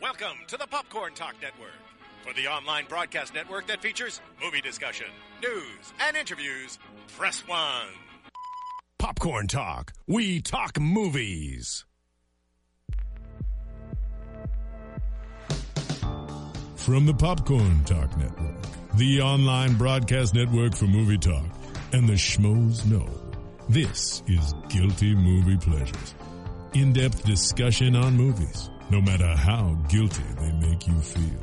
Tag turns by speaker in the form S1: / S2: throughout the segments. S1: Welcome to the Popcorn Talk Network, for the online broadcast network that features movie discussion, news, and interviews. Press one.
S2: Popcorn Talk. We talk movies. From the Popcorn Talk Network, the online broadcast network for movie talk, and the schmoes know, this is Guilty Movie Pleasures. In depth discussion on movies, no matter how guilty they make you feel.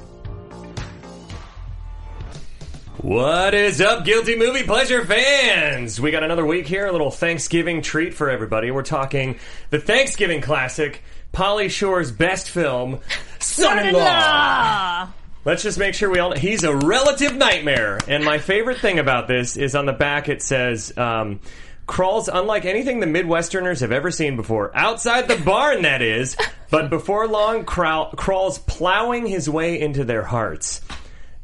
S3: What is up, Guilty Movie Pleasure fans? We got another week here, a little Thanksgiving treat for everybody. We're talking the Thanksgiving classic, Polly Shore's best film, Son in Law. Let's just make sure we all He's a relative nightmare. And my favorite thing about this is on the back it says, um, crawls unlike anything the Midwesterners have ever seen before. Outside the barn, that is. But before long, crow- crawls plowing his way into their hearts.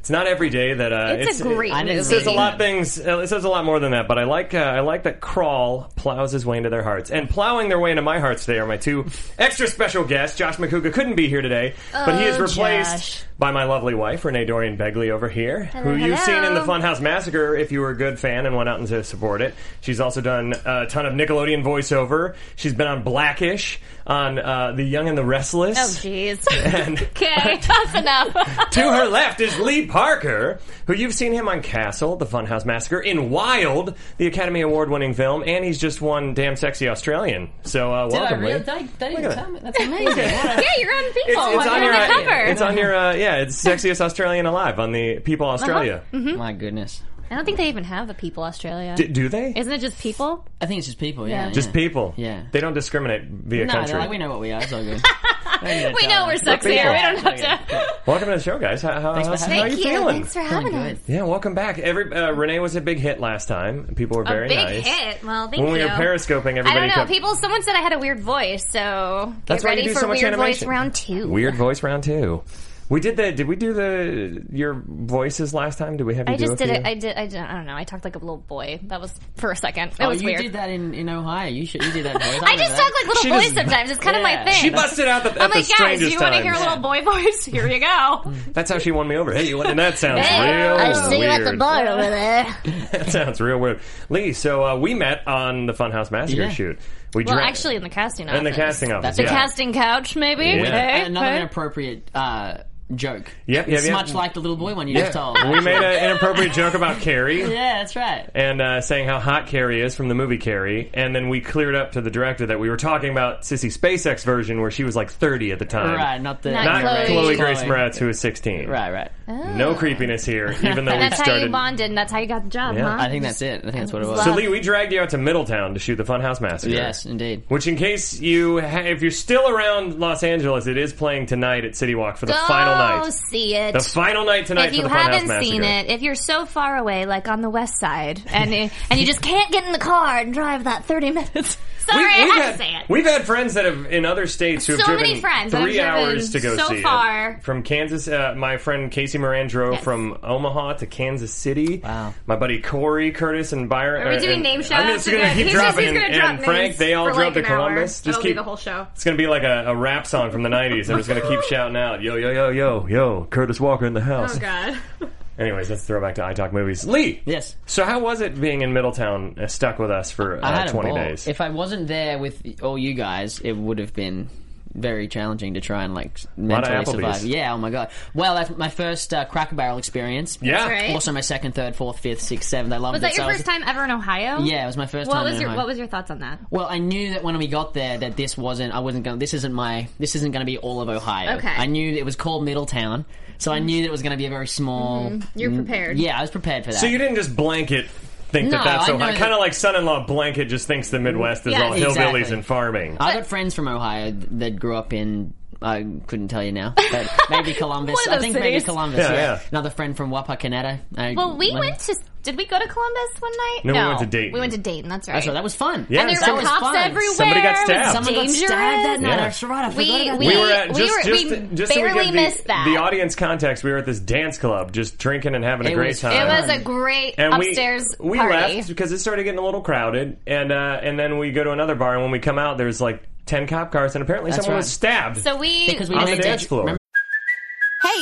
S3: It's not every day that uh,
S4: It's a great
S5: I didn't
S4: movie.
S3: it says a lot things. uh, It says a lot more than that, but I like uh, I like that crawl plows his way into their hearts, and plowing their way into my hearts today are my two extra special guests. Josh McCouga couldn't be here today, but he is
S4: Oh,
S3: replaced
S4: Josh.
S3: by my lovely wife Renee Dorian Begley over here, who you've
S4: hello.
S3: seen in the Funhouse Massacre if you were a good fan and went out and to support it. She's also done a ton of Nickelodeon voiceover. She's been on Blackish, on uh, The Young and the Restless,
S4: Oh, jeez.
S3: and
S4: Okay, that's enough.
S3: to her left is Lee Parker, who you've seen him on Castle, The Funhouse Massacre, in Wild, the Academy Award winning film, and he's just one damn sexy Australian. So, uh,
S5: Did I
S3: welcome, Lee.
S5: really? That, that didn't
S3: at
S5: tell
S3: that.
S5: me. That's amazing.
S4: yeah, you're on people.
S3: It's, it's
S4: You're
S3: on your
S4: Oh, the cover.
S3: it's on your uh, yeah it's sexiest Australian alive on the People
S4: Uh-huh.
S3: Australia.
S4: Mm-hmm.
S5: My goodness.
S4: I don't think they even have the people Australia.
S3: D- do they?
S4: Isn't it just people?
S5: I think it's just people. Yeah.
S4: Yeah.
S5: yeah.
S3: Just people.
S5: Yeah.
S3: They don't discriminate via
S5: No, they're
S3: country.
S5: like, we know what we are. It's all good.
S4: We know we're sexy. We
S3: people.
S4: don't have to.
S3: welcome to the show, guys. How, how,
S5: Thanks for
S3: how
S5: having
S3: are you
S5: me.
S3: feeling?
S4: for
S5: Feeling good.
S3: yeah, welcome back. Every uh, Renee was a big hit last time. People were very
S4: a big
S3: nice.
S4: hit. Well, thank
S3: When we
S4: you.
S3: were periscoping, everybody
S4: I don't know.
S3: kept
S4: People. Someone said I had a weird voice, so get
S3: That's why you
S4: ready
S3: do
S4: for
S3: so much
S4: weird
S3: animation.
S4: voice round two.
S3: Weird voice round two. We did the. Did we do the your voices last time? Did we have you
S4: I
S3: do
S4: just
S3: a
S4: did
S3: few?
S4: it. I did. I, did, I don't know. I talked like a little boy. That was for a second. It
S5: Oh,
S4: was
S5: you
S4: weird.
S5: did that in, in Ohio. You should. You did that. Voice.
S4: I just talk like little
S3: She
S4: boys
S3: just-
S4: sometimes. It's kind
S5: Yeah.
S4: of Oh my thing.
S3: she busted out the, at
S4: I'm
S3: the
S4: like, guys,
S3: strangest
S4: you want to hear a
S3: times.
S4: little boy voice? Here you go.
S3: That's how she won me over. Hey, you want and that sounds real weird.
S4: bar over there.
S3: That sounds real weird. Lee, so uh, we met on the Funhouse Massacre
S5: Yeah.
S3: shoot. We
S4: Well,
S3: drank-
S4: actually, in the casting office.
S3: in the casting office.
S5: That's
S4: The
S3: yeah.
S4: casting couch, maybe.
S3: Yeah.
S4: Hey,
S5: Another
S4: hey.
S5: inappropriate uh, joke.
S3: Yep, yep,
S5: It's
S3: yep.
S5: much like the little boy one you
S3: Yeah.
S5: just told.
S3: We made an inappropriate joke about Carrie.
S5: Yeah, that's right.
S3: and uh, saying how hot Carrie is from the movie Carrie, and then we cleared up to the director that we were talking about Sissy SpaceX version where she was like 30 at the time,
S5: Right, not the
S4: Not
S3: Not Chloe,
S4: Chloe.
S3: Grace Moretz who was 16.
S5: Right, right.
S4: Oh,
S3: No creepiness here, even though
S4: And
S3: we
S4: that's how you
S3: started.
S4: bonded, and that's how you got the job,
S3: Yeah.
S4: huh?
S5: I think that's it. I think that's what it was.
S3: So Lee, we dragged you out to Middletown to shoot the Funhouse Massacre.
S5: yes, indeed.
S3: Which, in case you, ha- if you're still around Los Angeles, it is playing tonight at City Walk for the
S4: go
S3: final night.
S4: see it.
S3: The final night tonight
S4: if
S3: for
S4: you
S3: the Funhouse
S4: haven't
S3: Massacre.
S4: seen it, if you're so far away, like on the west side, and and you just can't get in the car and drive that 30 minutes. Sorry, I
S3: we've
S4: had
S3: had,
S4: to say it.
S3: We've had friends that have in other states who have
S4: So
S3: driven
S4: many friends that have
S3: three
S4: driven
S3: hours to go
S4: so
S3: see it.
S4: far.
S3: From Kansas, uh, my friend Casey Moran drove
S4: Yes.
S3: from Omaha to Kansas City.
S5: Wow.
S3: My buddy Corey Curtis and Byron.
S4: Are we
S3: uh,
S4: doing
S3: and-
S4: name
S3: I'm
S4: shots?
S3: just gonna keep
S4: he's
S3: dropping.
S4: Just, he's gonna
S3: and
S4: drop
S3: and Frank,
S4: names
S3: they all
S4: for
S3: drove
S4: like
S3: to
S4: an hour.
S3: Columbus. Just
S4: That'll
S3: keep
S4: be the whole show.
S3: It's gonna be like a, a rap song from the '90s. I'm just gonna keep shouting out, "Yo, yo, yo, yo, yo!" Curtis Walker in the house.
S4: Oh God.
S3: Anyways, let's throw back to I Talk Movies. Lee.
S5: Yes.
S3: So how was it being in Middletown, uh, stuck with us for
S5: I
S3: uh,
S5: had a
S3: 20
S5: ball.
S3: days?
S5: If I wasn't there with all you guys, it would have been very challenging to try and like
S3: lot of
S5: mentally survive.
S3: Applebee's.
S5: Yeah. Oh my god. Well, that's my first uh, Cracker Barrel experience.
S3: yeah.
S4: That's right.
S5: Also, my second, third, fourth, fifth, sixth, seventh. I loved
S4: Was
S5: it.
S4: that
S5: So
S4: your
S5: I was-
S4: first time ever in Ohio?
S5: Yeah, it was my first
S4: What
S5: time.
S4: was
S5: in
S4: your
S5: Ohio.
S4: What was your thoughts on that?
S5: Well, I knew that when we got there that this wasn't. I wasn't going. This isn't my. This isn't going to be all of Ohio.
S4: Okay.
S5: I knew that it was called Middletown, so I knew that it was going to be a very small.
S4: You're prepared.
S5: Mm, Yeah, I was prepared for that.
S3: So you didn't just blanket think that
S5: No,
S3: that's
S5: I
S3: Ohio.
S5: know
S3: Kind of
S5: that-
S3: like son-in-law blanket just thinks the Midwest is
S4: Yeah,
S3: all
S5: exactly.
S3: hillbillies and farming.
S4: Uh,
S5: I got friends from Ohio th- that grew up in. I couldn't tell you now, but maybe Columbus.
S4: One of
S5: I
S4: those
S5: think maybe
S4: cities.
S5: Columbus.
S3: Yeah,
S5: Yeah,
S3: yeah.
S5: Another friend from Wapakoneta. I-
S4: Well, we
S5: when-
S4: went to. Did we go to Columbus one night?
S3: No, we went to Dayton.
S4: We went to Dayton. That's right.
S5: That's right. That was fun.
S3: Yeah,
S4: and there
S3: that
S4: were
S3: was
S4: cops
S5: fun.
S4: everywhere.
S3: Somebody got
S4: It was
S3: stabbed.
S5: Someone got stabbed that night.
S3: Yeah.
S5: That's right. I forgot
S4: We,
S5: about
S4: we,
S5: that.
S3: we were at just,
S4: we, were,
S3: just,
S4: we
S3: just so we
S4: barely
S3: give the,
S4: missed that.
S3: the audience context. We were at this dance club, just drinking and having a
S5: It
S3: great
S5: was-
S3: time.
S4: It was a
S5: Um,
S4: great
S3: and we-
S4: upstairs
S3: we,
S4: party.
S3: left because it started getting a little crowded, and uh, and then we go to another bar, and when we come out, there's like ten cop cars, and apparently someone
S5: right.
S3: was stabbed.
S4: So we,
S5: because we
S3: On the
S5: made
S3: dance floor.
S5: Remember
S6: Hey,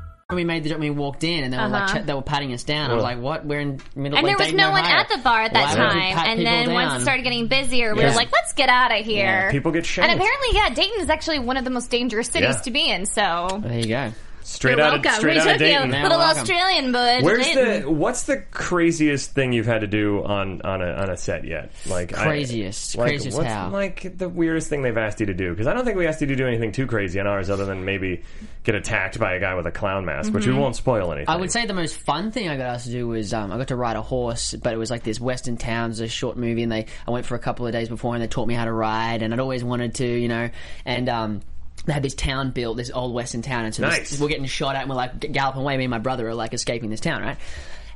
S5: When we made the jump, we walked in and they were like ch- they were patting us down. I was like, "What? We're in
S4: Uh-huh.
S5: middle."
S4: And
S5: we're
S4: there was
S5: dating
S4: no one
S5: higher.
S4: at the bar at that
S5: Why would you
S4: time.
S5: pat
S4: And
S5: people
S4: then once
S5: down?
S4: it started getting busier, we were
S3: Yeah.
S4: like, let's get out of here.
S3: People get shamed.
S4: And apparently, yeah, Dayton is actually one of the most dangerous cities
S3: Yeah.
S4: to be in. So
S5: there you go.
S3: straight
S4: you're
S3: out
S4: welcome.
S3: of straight
S4: we
S3: out of
S4: took you,
S3: Dayton.
S5: Now
S4: little
S5: welcome.
S4: Australian boy. to
S3: Where's
S4: Dayton.
S3: the what's the craziest thing you've had to do on on a on a set yet? Like I-
S5: Craziest.
S3: like,
S5: Craziest
S3: what's,
S5: how?
S3: Like the weirdest thing they've asked you to do? Because I don't think we asked you to do anything too crazy on ours, other than maybe get attacked by a guy with a clown mask, which we won't spoil anything.
S5: Mm-hmm. I would say the most fun thing I got asked to do was um, I got to ride a horse, but it was like this Western Towns, a short movie, and they I went for a couple of days before, and they taught me how to ride, and I'd always wanted to, you know, and um, they had this town built, this old Western town, and so this-
S3: Nice.
S5: we're getting shot at, and we're like g- galloping away. Me and my brother are like escaping this town, right?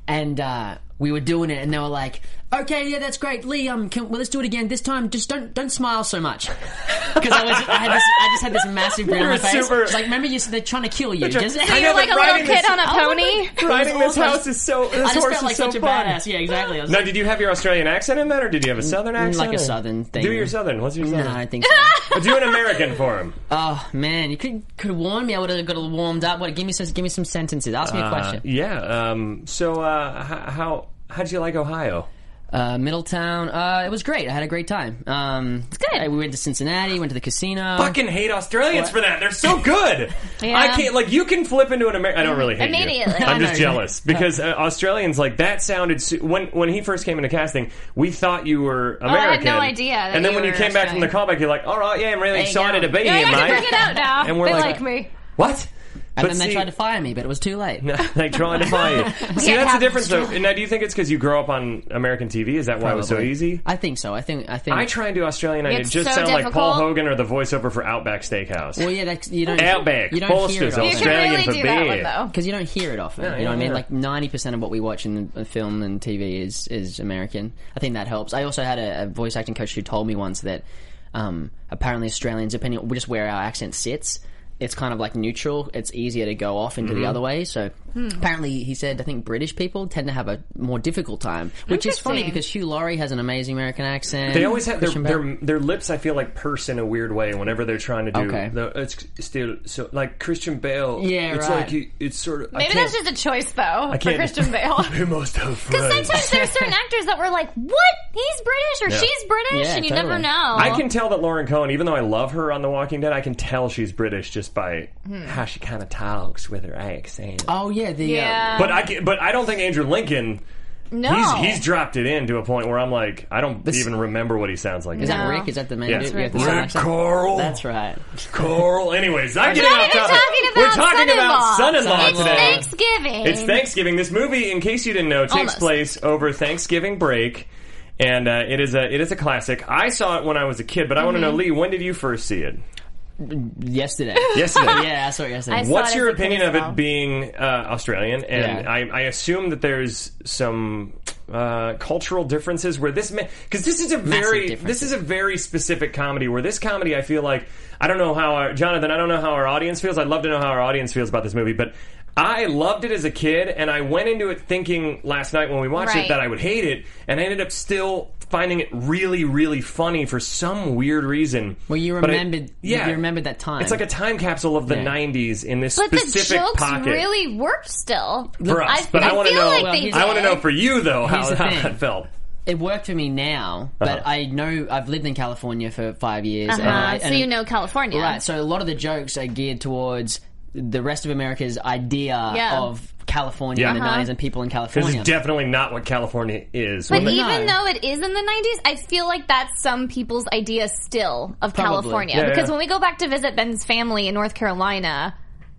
S5: And uh, we were doing it, and they were like, "Okay, yeah, that's great, Lee. Um, can, well, let's do it again. This time, just don't don't smile so much." Because I was, I, had this, I just had this massive grin on my
S3: You're
S5: face.
S3: super-
S5: It's like, remember, you, they're trying to kill you. Just,
S3: I
S4: So
S3: know,
S4: you're like
S3: but
S4: a little
S3: riding this- Oh
S4: kid on a pony.
S3: riding this
S5: awesome.
S3: house is so. This
S5: I just
S3: horse
S5: felt like
S3: is so
S5: such a
S3: fun.
S5: badass. Yeah, exactly. I was
S3: Now, did you have your Australian accent in that, or did you have a Southern
S5: like
S3: accent?
S5: a
S3: or-
S5: Southern thing.
S3: Do your Southern. What's your
S5: no,
S3: Southern?
S5: I don't think so.
S3: do an American for him.
S5: oh man, you could could have warned me. I would have got a little warmed up. What? Give me some. Give me some sentences. Ask
S3: Uh,
S5: me a question.
S3: yeah. Um, so, uh, h- how how'd you like Ohio?
S5: Uh, Middletown. Uh, it was great. I had a great time. Um, it's
S4: good.
S5: we went to Cincinnati. Went to the casino.
S3: Uh, fucking hate Australians for that. They're so good. I can't like you can flip into an American. I don't really hate you.
S4: Immediately.
S3: I'm
S5: I
S3: just
S5: know.
S3: jealous because uh, Australians like that sounded su- when when he first came into casting. We thought you were American.
S4: Oh, I had no idea that
S3: And then
S4: you
S3: when you
S4: were
S3: came back from the callback, you're like, all right, yeah, I'm really
S5: you
S3: excited
S5: go.
S3: to be
S4: Yeah,
S3: here,
S4: I
S3: mate.
S4: can bring it out now.
S3: And we're
S4: they
S3: like-
S4: like, me.
S3: What?
S5: and then they tried to fire me, but it was too late.
S3: they tried to find you. See,
S4: Yeah, it
S3: that's the
S4: happens.
S3: difference, though. Now, do you think it's because you grew up on American TV? Is that why it was so
S5: Probably.
S3: easy?
S5: I think so. I think. I think.
S3: I try and do Australian, and it
S4: Mm. It's
S3: just
S4: so
S3: sound like Paul
S4: difficult.
S3: Hogan or the voiceover for Outback Steakhouse.
S5: well, yeah. That's, you don't.
S3: Outback,
S5: You don't hear
S3: Foster's,
S5: it often.
S4: You can
S3: Australian
S4: really
S3: for
S4: do that
S3: beer.
S4: one though.
S5: because you don't hear it often. you know what I
S3: yeah,
S5: mean?
S3: yeah.
S5: Like ninety percent of what we watch in the film and TV is is American. I think that helps. I also had a, a voice acting coach who told me once that um, apparently Australians, depending on just where our accent sits, it's kind of like neutral. It's easier to go off into
S3: Mm-hmm.
S5: the other way. So
S4: Hmm.
S5: apparently, he said, I think British people tend to have a more difficult time, which is funny
S4: Interesting.
S5: because Hugh Laurie has an amazing American accent.
S3: They always have their,
S5: Christian Bale-
S3: their their lips. I feel like purse in a weird way whenever they're trying to do.
S5: Okay.
S3: the- it's still so like Christian Bale.
S5: Yeah,
S3: it's
S5: right.
S3: like you, it's sort of.
S4: Maybe that's just a choice though for
S3: can't-
S4: Christian Bale.
S3: Who must have
S4: Because
S3: friends?
S4: sometimes there are certain actors that were like, "What? He's British or
S3: Yeah.
S4: she's British,"
S5: Yeah,
S4: and you never
S5: totally.
S4: know.
S3: I can tell that Lauren Cohen, even though I love her on The Walking Dead, I can tell she's British just by
S4: Hmm.
S3: how she kind of talks with her accent.
S5: Oh yeah, the Uh,
S4: yeah.
S3: But I can, but I don't think Andrew Lincoln.
S4: no.
S3: He's he's dropped it in to a point where I'm like I don't even remember what he sounds like.
S5: is that
S4: No.
S5: Rick? Is that the man?
S3: Yeah.
S5: dude with the
S3: Rick
S5: Southern accent?
S3: Carl.
S5: That's right.
S3: Carl. Anyways, I'm getting
S4: not
S3: off
S4: even
S3: topic.
S4: talking about
S3: We're talking about
S4: son-in-law.
S3: son-in-law
S4: It's
S3: today.
S4: Thanksgiving.
S3: It's Thanksgiving. This movie, in case you didn't know, takes
S4: Almost.
S3: place over Thanksgiving break, and uh, it is a it is a classic. I saw it when I was a kid, but I want to know,
S4: Mm-hmm.
S3: Lee, when did you first see it?
S5: Yesterday.
S3: Yesterday.
S5: yeah, I saw it yesterday.
S4: I saw
S3: What's
S4: it
S3: your
S4: as a kid
S3: opinion
S4: as
S3: of it
S4: well.
S3: being uh, Australian? And
S5: Yeah.
S3: I, I assume that there's some uh, cultural diffeences where this because this is a very this is a very specific comedy where this comedy I feel like I don't know how our, Jonathan I don't know how our audience feels. I'd love to know how our audience feels about this movie, but. I loved it as a kid, and I went into it thinking last night when we watched it
S4: Right.
S3: that I would hate it, and I ended up still finding it really, really funny for some weird reason.
S5: Well, you
S3: But I-
S5: remembered- you remembered that time.
S3: It's like a time capsule of the
S5: Yeah.
S3: '90s in this
S4: But the
S3: specific
S4: jokes
S3: pocket
S4: really worked still.
S3: for us.
S4: I,
S3: but I,
S4: I
S3: want to
S4: feel
S3: know.
S4: like
S5: Well,
S4: they
S5: he's-
S4: did.
S3: I want to know for you though how,
S5: Here's the
S3: how
S5: thing.
S3: that felt.
S5: it worked for me now,
S3: Uh-huh.
S5: but I know I've lived in California for five years. and I-
S4: Uh, so
S5: and-
S4: you know California.
S5: Right, so a lot of the jokes are geared towards the rest of America's idea
S4: Yeah.
S5: of California in the 90s and people in
S3: This
S5: California.
S3: is definitely not what California is.
S4: But
S3: When they-
S4: even
S5: No.
S4: though it is in the 90s, I feel like that's some people's idea still of
S5: Probably.
S4: California.
S3: Yeah,
S4: because
S3: yeah.
S4: when we go back to visit Ben's family in North Carolina,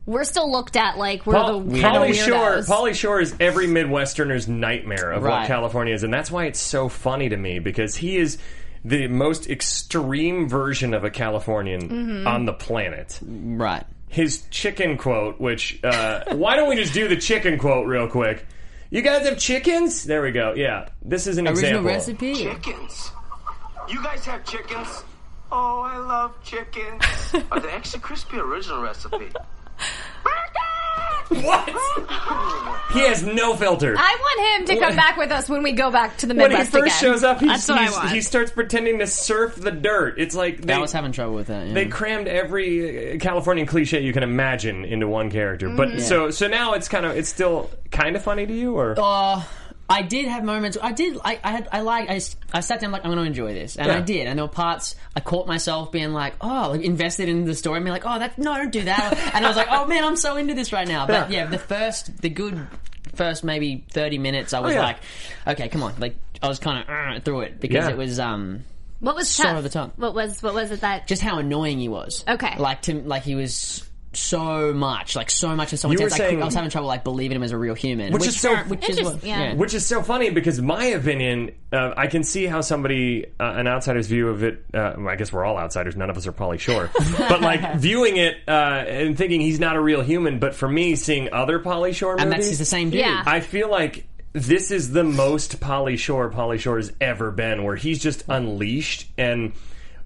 S4: we're still looked at like we're
S3: Paul-
S4: the kind
S3: Pauly
S4: of
S3: Shore,
S4: weirdos.
S3: Pauly Shore is every Midwesterner's nightmare of what
S5: Right.
S3: California is, and that's why it's so funny to me because he is
S4: Mm-hmm.
S3: the most extreme version of a Californian on the planet.
S5: right.
S3: his chicken quote, which uh, why don't we just do the chicken quote real quick? You guys have chickens? There we go. Yeah, this is an
S7: Original
S3: example.
S7: recipe.
S8: Chickens. You guys have chickens? Oh, I love chickens. Are the extra crispy original recipe?
S3: What? he has no filter.
S4: I want him to come back with us when we go back to the
S3: when he
S4: Midwest
S3: first
S4: again.
S3: shows up, he's,
S7: That's what I
S3: he's,
S7: want.
S3: he starts pretending to surf the dirt. It's like they,
S5: I was having trouble with that. Yeah.
S3: they crammed every uh, Californian cliche you can imagine into one character. But so so now it's kind of it's still kind of funny to you, or
S5: Uh, I did have moments. I did. I, I had. I like. I, s- I sat down like I'm going to enjoy this, and
S3: Yeah.
S5: I did. And there were parts I caught myself being like, oh, like invested in the story, and being like, oh, that no, don't do that. and I was like, oh man, I'm so into this right now. But
S3: Yeah.
S5: yeah, the first, the good first maybe 30 minutes, I was
S3: Oh, yeah.
S5: like, okay, come on, like I was kind of uh, through it because
S3: Yeah.
S5: it was um
S4: What was
S5: Sore
S4: tough?
S5: of the tongue.
S4: What was what was it that?
S5: just how annoying he was.
S4: Okay.
S5: like to like he was. So much, like so much in so much.
S3: You were
S5: like,
S3: saying- um
S5: I was having trouble like believing him as a real human,
S3: Which is so-
S5: which is what,
S4: Interest- yeah.
S5: yeah.
S3: which is so funny because my opinion, uh, I can see how somebody, uh, an outsider's view of it. Uh, well, I guess we're all outsiders. None of us are Polly Shore, but like viewing it uh, and thinking he's not a real human. But for me, seeing other Polly Shore movies,
S5: and that's the same dude.
S4: Yeah.
S3: I feel like this is the most Polly Shore Polly Shore has ever been, where he's just unleashed. And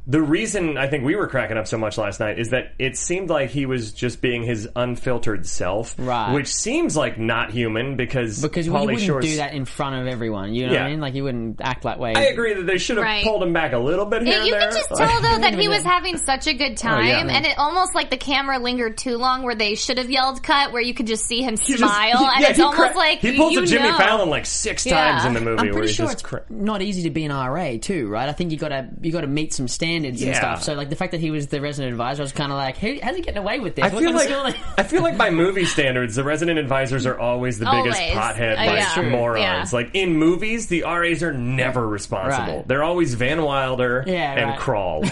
S3: the reason I think we were cracking up so much last night is that it seemed like he was just being his unfiltered self,
S5: Right.
S3: which seems like not human because
S5: Because you
S3: Polly
S5: wouldn't
S3: Shore's.
S5: do that in front of everyone. You know what
S3: Yeah.
S5: I mean? Like you wouldn't act that way.
S3: I agree that they should have
S4: Right.
S3: pulled him back a little bit here
S4: Yeah, you
S3: and there.
S4: could just
S3: Like-
S4: tell though that he was having such a good
S5: Oh,
S4: time,
S3: yeah.
S4: and it almost like the camera lingered too long, where they should have yelled cut, where you could just see him
S3: He
S4: smile,
S3: just- he-
S4: and
S3: yeah,
S4: it's
S3: he
S4: almost
S3: cra-
S4: like
S3: he pulls
S4: you
S3: a Jimmy
S4: know.
S3: Fallon like six
S4: Yeah.
S3: times in the movie.
S5: I'm
S3: where
S5: pretty
S3: he's
S5: sure
S3: just
S5: it's
S3: cra-
S5: not easy to be an RA too, right? I think you gotta you gotta meet some standards
S3: Yeah.
S5: and stuff. So like the fact that he was the resident advisor, I was kind of like, Who, how's he getting away with this?
S3: I
S5: What
S3: feel
S5: kind of
S3: like
S5: school-
S3: I feel like by movie standards, the resident advisors are always the biggest
S4: Always.
S3: pothead
S4: Uh,
S3: by
S4: yeah. True.
S3: morons.
S4: Yeah.
S3: Like in movies, the RAs are never responsible.
S5: Right.
S3: They're always Van Wilder
S5: Yeah,
S3: and
S5: right.
S3: Crawl.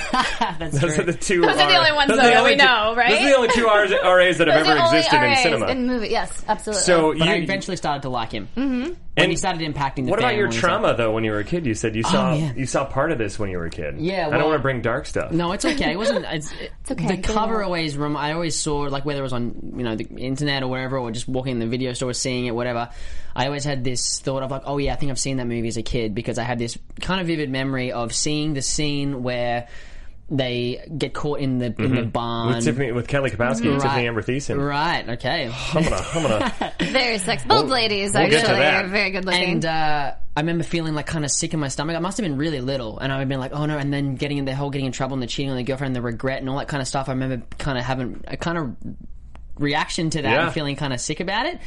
S5: that's
S3: Those are
S5: true.
S3: the two.
S4: Those are the
S3: RAs
S4: only ones,
S3: Those are
S4: though,
S3: the
S4: that
S3: only
S4: we
S3: two-
S4: know, right?
S3: Those are the only two RAs that have
S4: Those are
S3: ever
S4: only
S3: existed in
S4: RAs
S3: cinema.
S4: in the movie. Yes, absolutely.
S3: so you,
S5: but I eventually started to like him mm-hmm. when
S3: And
S5: he started impacting. the
S3: what about your
S5: family and
S3: trauma though? When you were a kid, you said you saw
S5: yeah.
S3: you saw part of this when you were a kid.
S5: Yeah,
S3: I don't
S5: well-
S3: want to bring dark stuff.
S5: No, it's okay. It wasn't. It's, it's
S4: okay.
S5: The
S4: Get it
S5: cover
S4: out.
S5: always. Rem- I always saw like whether it was on you know the internet or whatever, or just walking in the video store, seeing it, whatever. I always had this thought of like, oh yeah, I think I've seen that movie as a kid because I had this kind of vivid memory of seeing the scene where they get caught in the in the barn.
S3: Mm-hmm. With Tiffany, with Kelly Kapowski and Tiffany Amber Thiessen.
S5: Right. Okay.
S3: I'm gonna, I'm gonna.
S4: very sexy. Both ladies
S3: we'll get to
S4: actually
S3: that.
S4: are very good looking.
S5: And uh, I remember feeling like kind of sick in my stomach. I must have been really little, and I would have been like, "Oh no!" And then getting in the whole getting in trouble and the cheating on the girlfriend, and the regret, and all that kind of stuff. I remember kind of having a kind of reaction to that
S3: Yeah.
S5: and feeling kind of sick about it.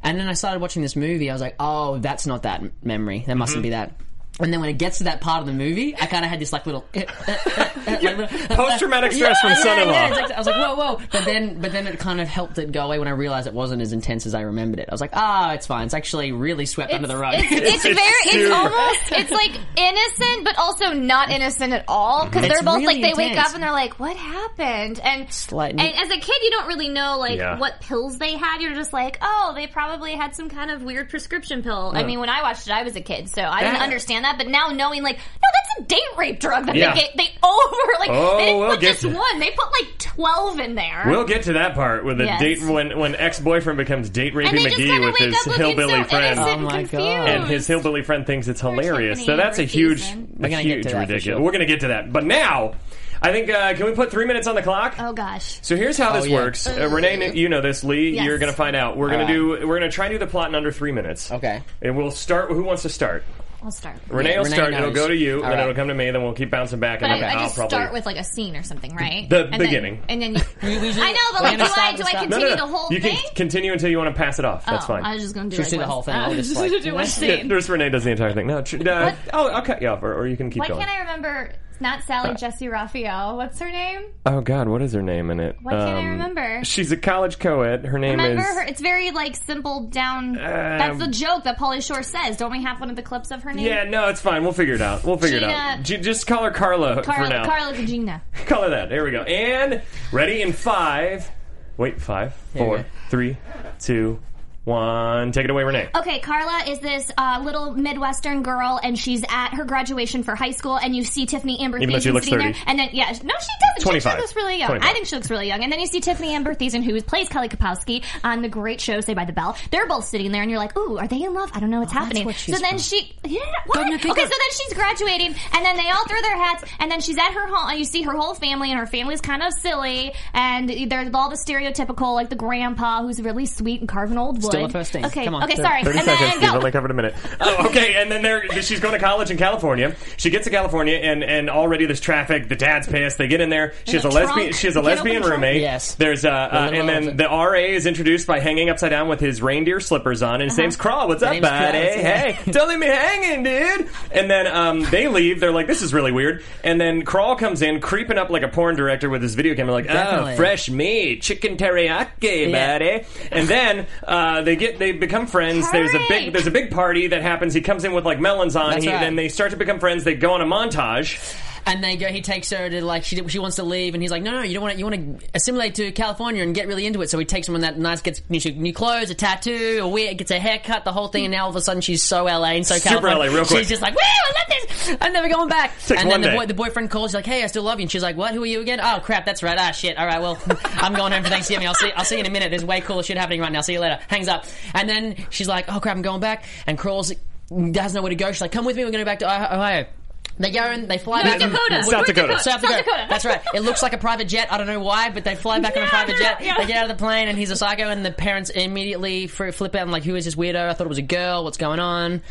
S5: And then I started watching this movie. I was like, "Oh, that's not that m- memory. That
S3: Mm-hmm.
S5: mustn't be that." And then when it gets to that part of the movie, I kind of had this like little
S3: Post
S5: post
S3: traumatic stress from son-in-law.
S5: I was like, whoa, whoa. But then, but then it kind of helped it go away when I realized it wasn't as intense as I remembered it. I was like, ah, it's fine. It's actually really swept under the rug.
S4: It's, it's,
S3: It's
S4: very,
S3: super-
S4: it's almost, it's like innocent, but also not innocent at all. Because
S5: It's
S4: they're both
S5: really
S4: like, they wake
S5: intense.
S4: up and they're like, what happened? And,
S5: Slightly-
S4: and as a kid, you don't really know, like,
S3: Yeah.
S4: what pills they had. You're just like, oh, they probably had some kind of weird prescription pill. I mean, when I watched it, I was a kid, so I didn't
S3: Yeah.
S4: understand that. But now knowing, like, no, that's a date rape drug that
S3: Yeah.
S4: they get, they over, like,
S3: Oh,
S4: they didn't
S3: we'll
S4: put
S3: get
S4: just
S3: to-
S4: one, they put like 12 in there.
S3: We'll get to that part with the
S4: Yes.
S3: date when when ex boyfriend becomes date rapey
S4: and they just
S3: McGee
S4: kind of
S3: with
S4: wake
S3: his
S4: up looking
S3: hillbilly
S4: so
S3: friend.
S4: innocent
S5: Oh my
S4: and
S5: God.
S4: confused.
S3: and his hillbilly friend thinks it's hilarious. So
S4: Tiffany
S3: that's a
S4: and
S3: huge,
S4: Jason.
S3: a
S5: We're gonna get
S3: huge
S5: to that for
S3: ridiculous.
S5: sure.
S3: We're gonna get to that. But now, I think uh, can we put three minutes on the clock?
S4: Oh gosh.
S3: So here's how this
S5: yeah.
S3: works. Uh, Renee, you know this. Lee,
S4: Yes. Uh,
S3: you're gonna find out. We're gonna
S5: All
S3: do. We're gonna try and do the plot in under three minutes.
S5: Okay.
S3: And we'll start. Who wants to start?
S4: I'll start.
S3: Renee
S5: Yeah,
S3: will
S5: Renee
S3: start. It'll
S5: knows.
S3: go to you.
S5: All
S3: then
S5: right.
S3: it'll come to me. Then we'll keep bouncing back.
S4: But
S3: And then
S4: I, I
S3: I'll
S4: just
S3: probably
S4: start with like a scene or something, right?
S3: The
S4: and
S3: beginning.
S4: Then, and then you,
S5: usually-
S4: I know, but
S5: We're
S4: like, do
S5: gonna
S4: I
S5: stop
S4: do
S5: and
S4: I
S5: stop.
S3: no,
S4: continue
S3: no, no.
S4: the whole
S3: you
S4: thing?
S3: can continue until you want to pass it off. That's
S4: oh,
S3: fine.
S4: I was just going to do
S5: Should we
S4: like
S5: see the
S4: one-
S5: whole thing?
S4: I
S5: I'll
S4: was
S5: just,
S4: just
S5: like-
S4: gonna do one
S3: Yeah,
S4: scene.
S3: there's Renee does the entire thing. No, tr- uh, I'll, I'll cut you off, or, or you can keep
S4: Why
S3: going.
S4: can't I remember? It's not Sally Jesse Raphael. What's her name?
S3: Oh God, what is her name in it? Um,
S4: Why can't I remember?
S3: She's a college co-ed. Her name
S4: Remember
S3: is. Um,
S4: her? It's very like simple down. that's the joke that Polly Shore says. Don't we have one of the clips of her name?
S3: Yeah, no, it's fine. We'll figure it out. We'll figure it out. J-
S4: Gina-
S3: just call her Carla for
S4: Carla,
S3: now.
S4: Carla Gugina.
S3: Call her that. There we go. And ready in five. Wait, five,
S5: we
S3: four,
S5: go.
S3: three, two, one. one. Take it away, Renee.
S4: Okay, Carla is this uh, little Midwestern girl, and she's at her graduation for high school, and you see Tiffany Amber
S3: Even though
S4: Thiessen
S3: she looks
S4: sitting
S3: 30.
S4: there, and then yeah, no, she doesn't. She
S3: 25.
S4: actually looks really young.
S3: 25.
S4: I think she looks really young, and then you see Tiffany Amber Thiessen, who plays Kelly Kapowski on the great show Say by the Bell. They're both sitting there, and you're like, "Ooh, are they in love? I don't know what's happening."
S7: what
S4: so
S7: she's
S4: then
S7: from.
S4: she, yeah, what?
S7: Don't you
S4: Okay, so
S7: think that-
S4: then she's graduating, and then they all throw their hats, and then she's at her home, and you see her whole family, and her family's kind of silly, and they're all the stereotypical, like the grandpa who's really sweet and carving old wood.
S5: Still a first date.
S4: Okay,
S5: Come on.
S4: okay, sorry.
S3: 30
S4: And
S3: seconds.
S4: then
S3: We've
S4: go.
S3: only covered a minute. Oh, okay. And then there, she's going to college in California. She gets to California, and, and already there's traffic. The dad's pissed. They get in there. She has a
S4: the
S3: lesbian.
S4: trunk.
S3: She has a
S4: Get open
S3: lesbian
S4: trunk.
S3: roommate.
S5: Yes.
S3: There's uh, uh
S5: little
S3: and then
S5: elephant.
S3: the RA is introduced by hanging upside down with his reindeer slippers on, and his name's Craw. What's up,
S5: name's Craw,
S3: buddy?
S5: that's
S3: Hey,
S5: it.
S3: don't leave me hanging, dude. And then um, they leave. They're like, this is really weird. And then Crawl comes in, creeping up like a porn director with his video camera, like, oh,
S5: Definitely.
S3: fresh meat, chicken teriyaki,
S5: Yeah.
S3: buddy. And then uh, they get they become friends. There's a big
S4: Hooray!
S3: there's a big party that happens. He comes in with like melons on.
S5: That's
S3: he,
S5: right.
S3: Then they start to become friends. They go on a montage.
S5: And they go. He takes her to like she, she wants to leave, and he's like, "No, no, you don't want to. You want to assimilate to California and get really into it." So he takes her on that nice, gets new, sh- new clothes, a tattoo, a wig, gets a haircut, the whole thing, and now all of a sudden she's so LA and so
S3: Super
S5: California.
S3: LA, real quick.
S5: She's just like, "Wow, I love this. I'm never going back."
S3: Takes
S5: and
S3: one
S5: then the,
S3: day.
S5: boy, the boyfriend calls, she's like, "Hey, I still love you," and she's like, "What? Who are you again?" Oh crap, that's right. Ah shit. All right, well, I'm going home for Thanksgiving. I'll see. I'll see you in a minute. There's way cooler shit happening right now. See you later. Hangs up, and then she's like, "Oh crap, I'm going back," and crawls. Doesn't know where to go. She's like, "Come with me. We're going back to Ohi- Ohio." They go and they fly back.
S4: Dakota.
S3: South Dakota.
S5: South Dakota. That's right. It looks like a private jet. I don't know why, but they fly back on a
S4: Yeah,
S5: private
S4: no,
S5: jet.
S4: yeah.
S5: They get out of the plane, and he's a psycho, and the parents immediately fr- flip out and like, "Who is this weirdo? I thought it was a girl. What's going on?"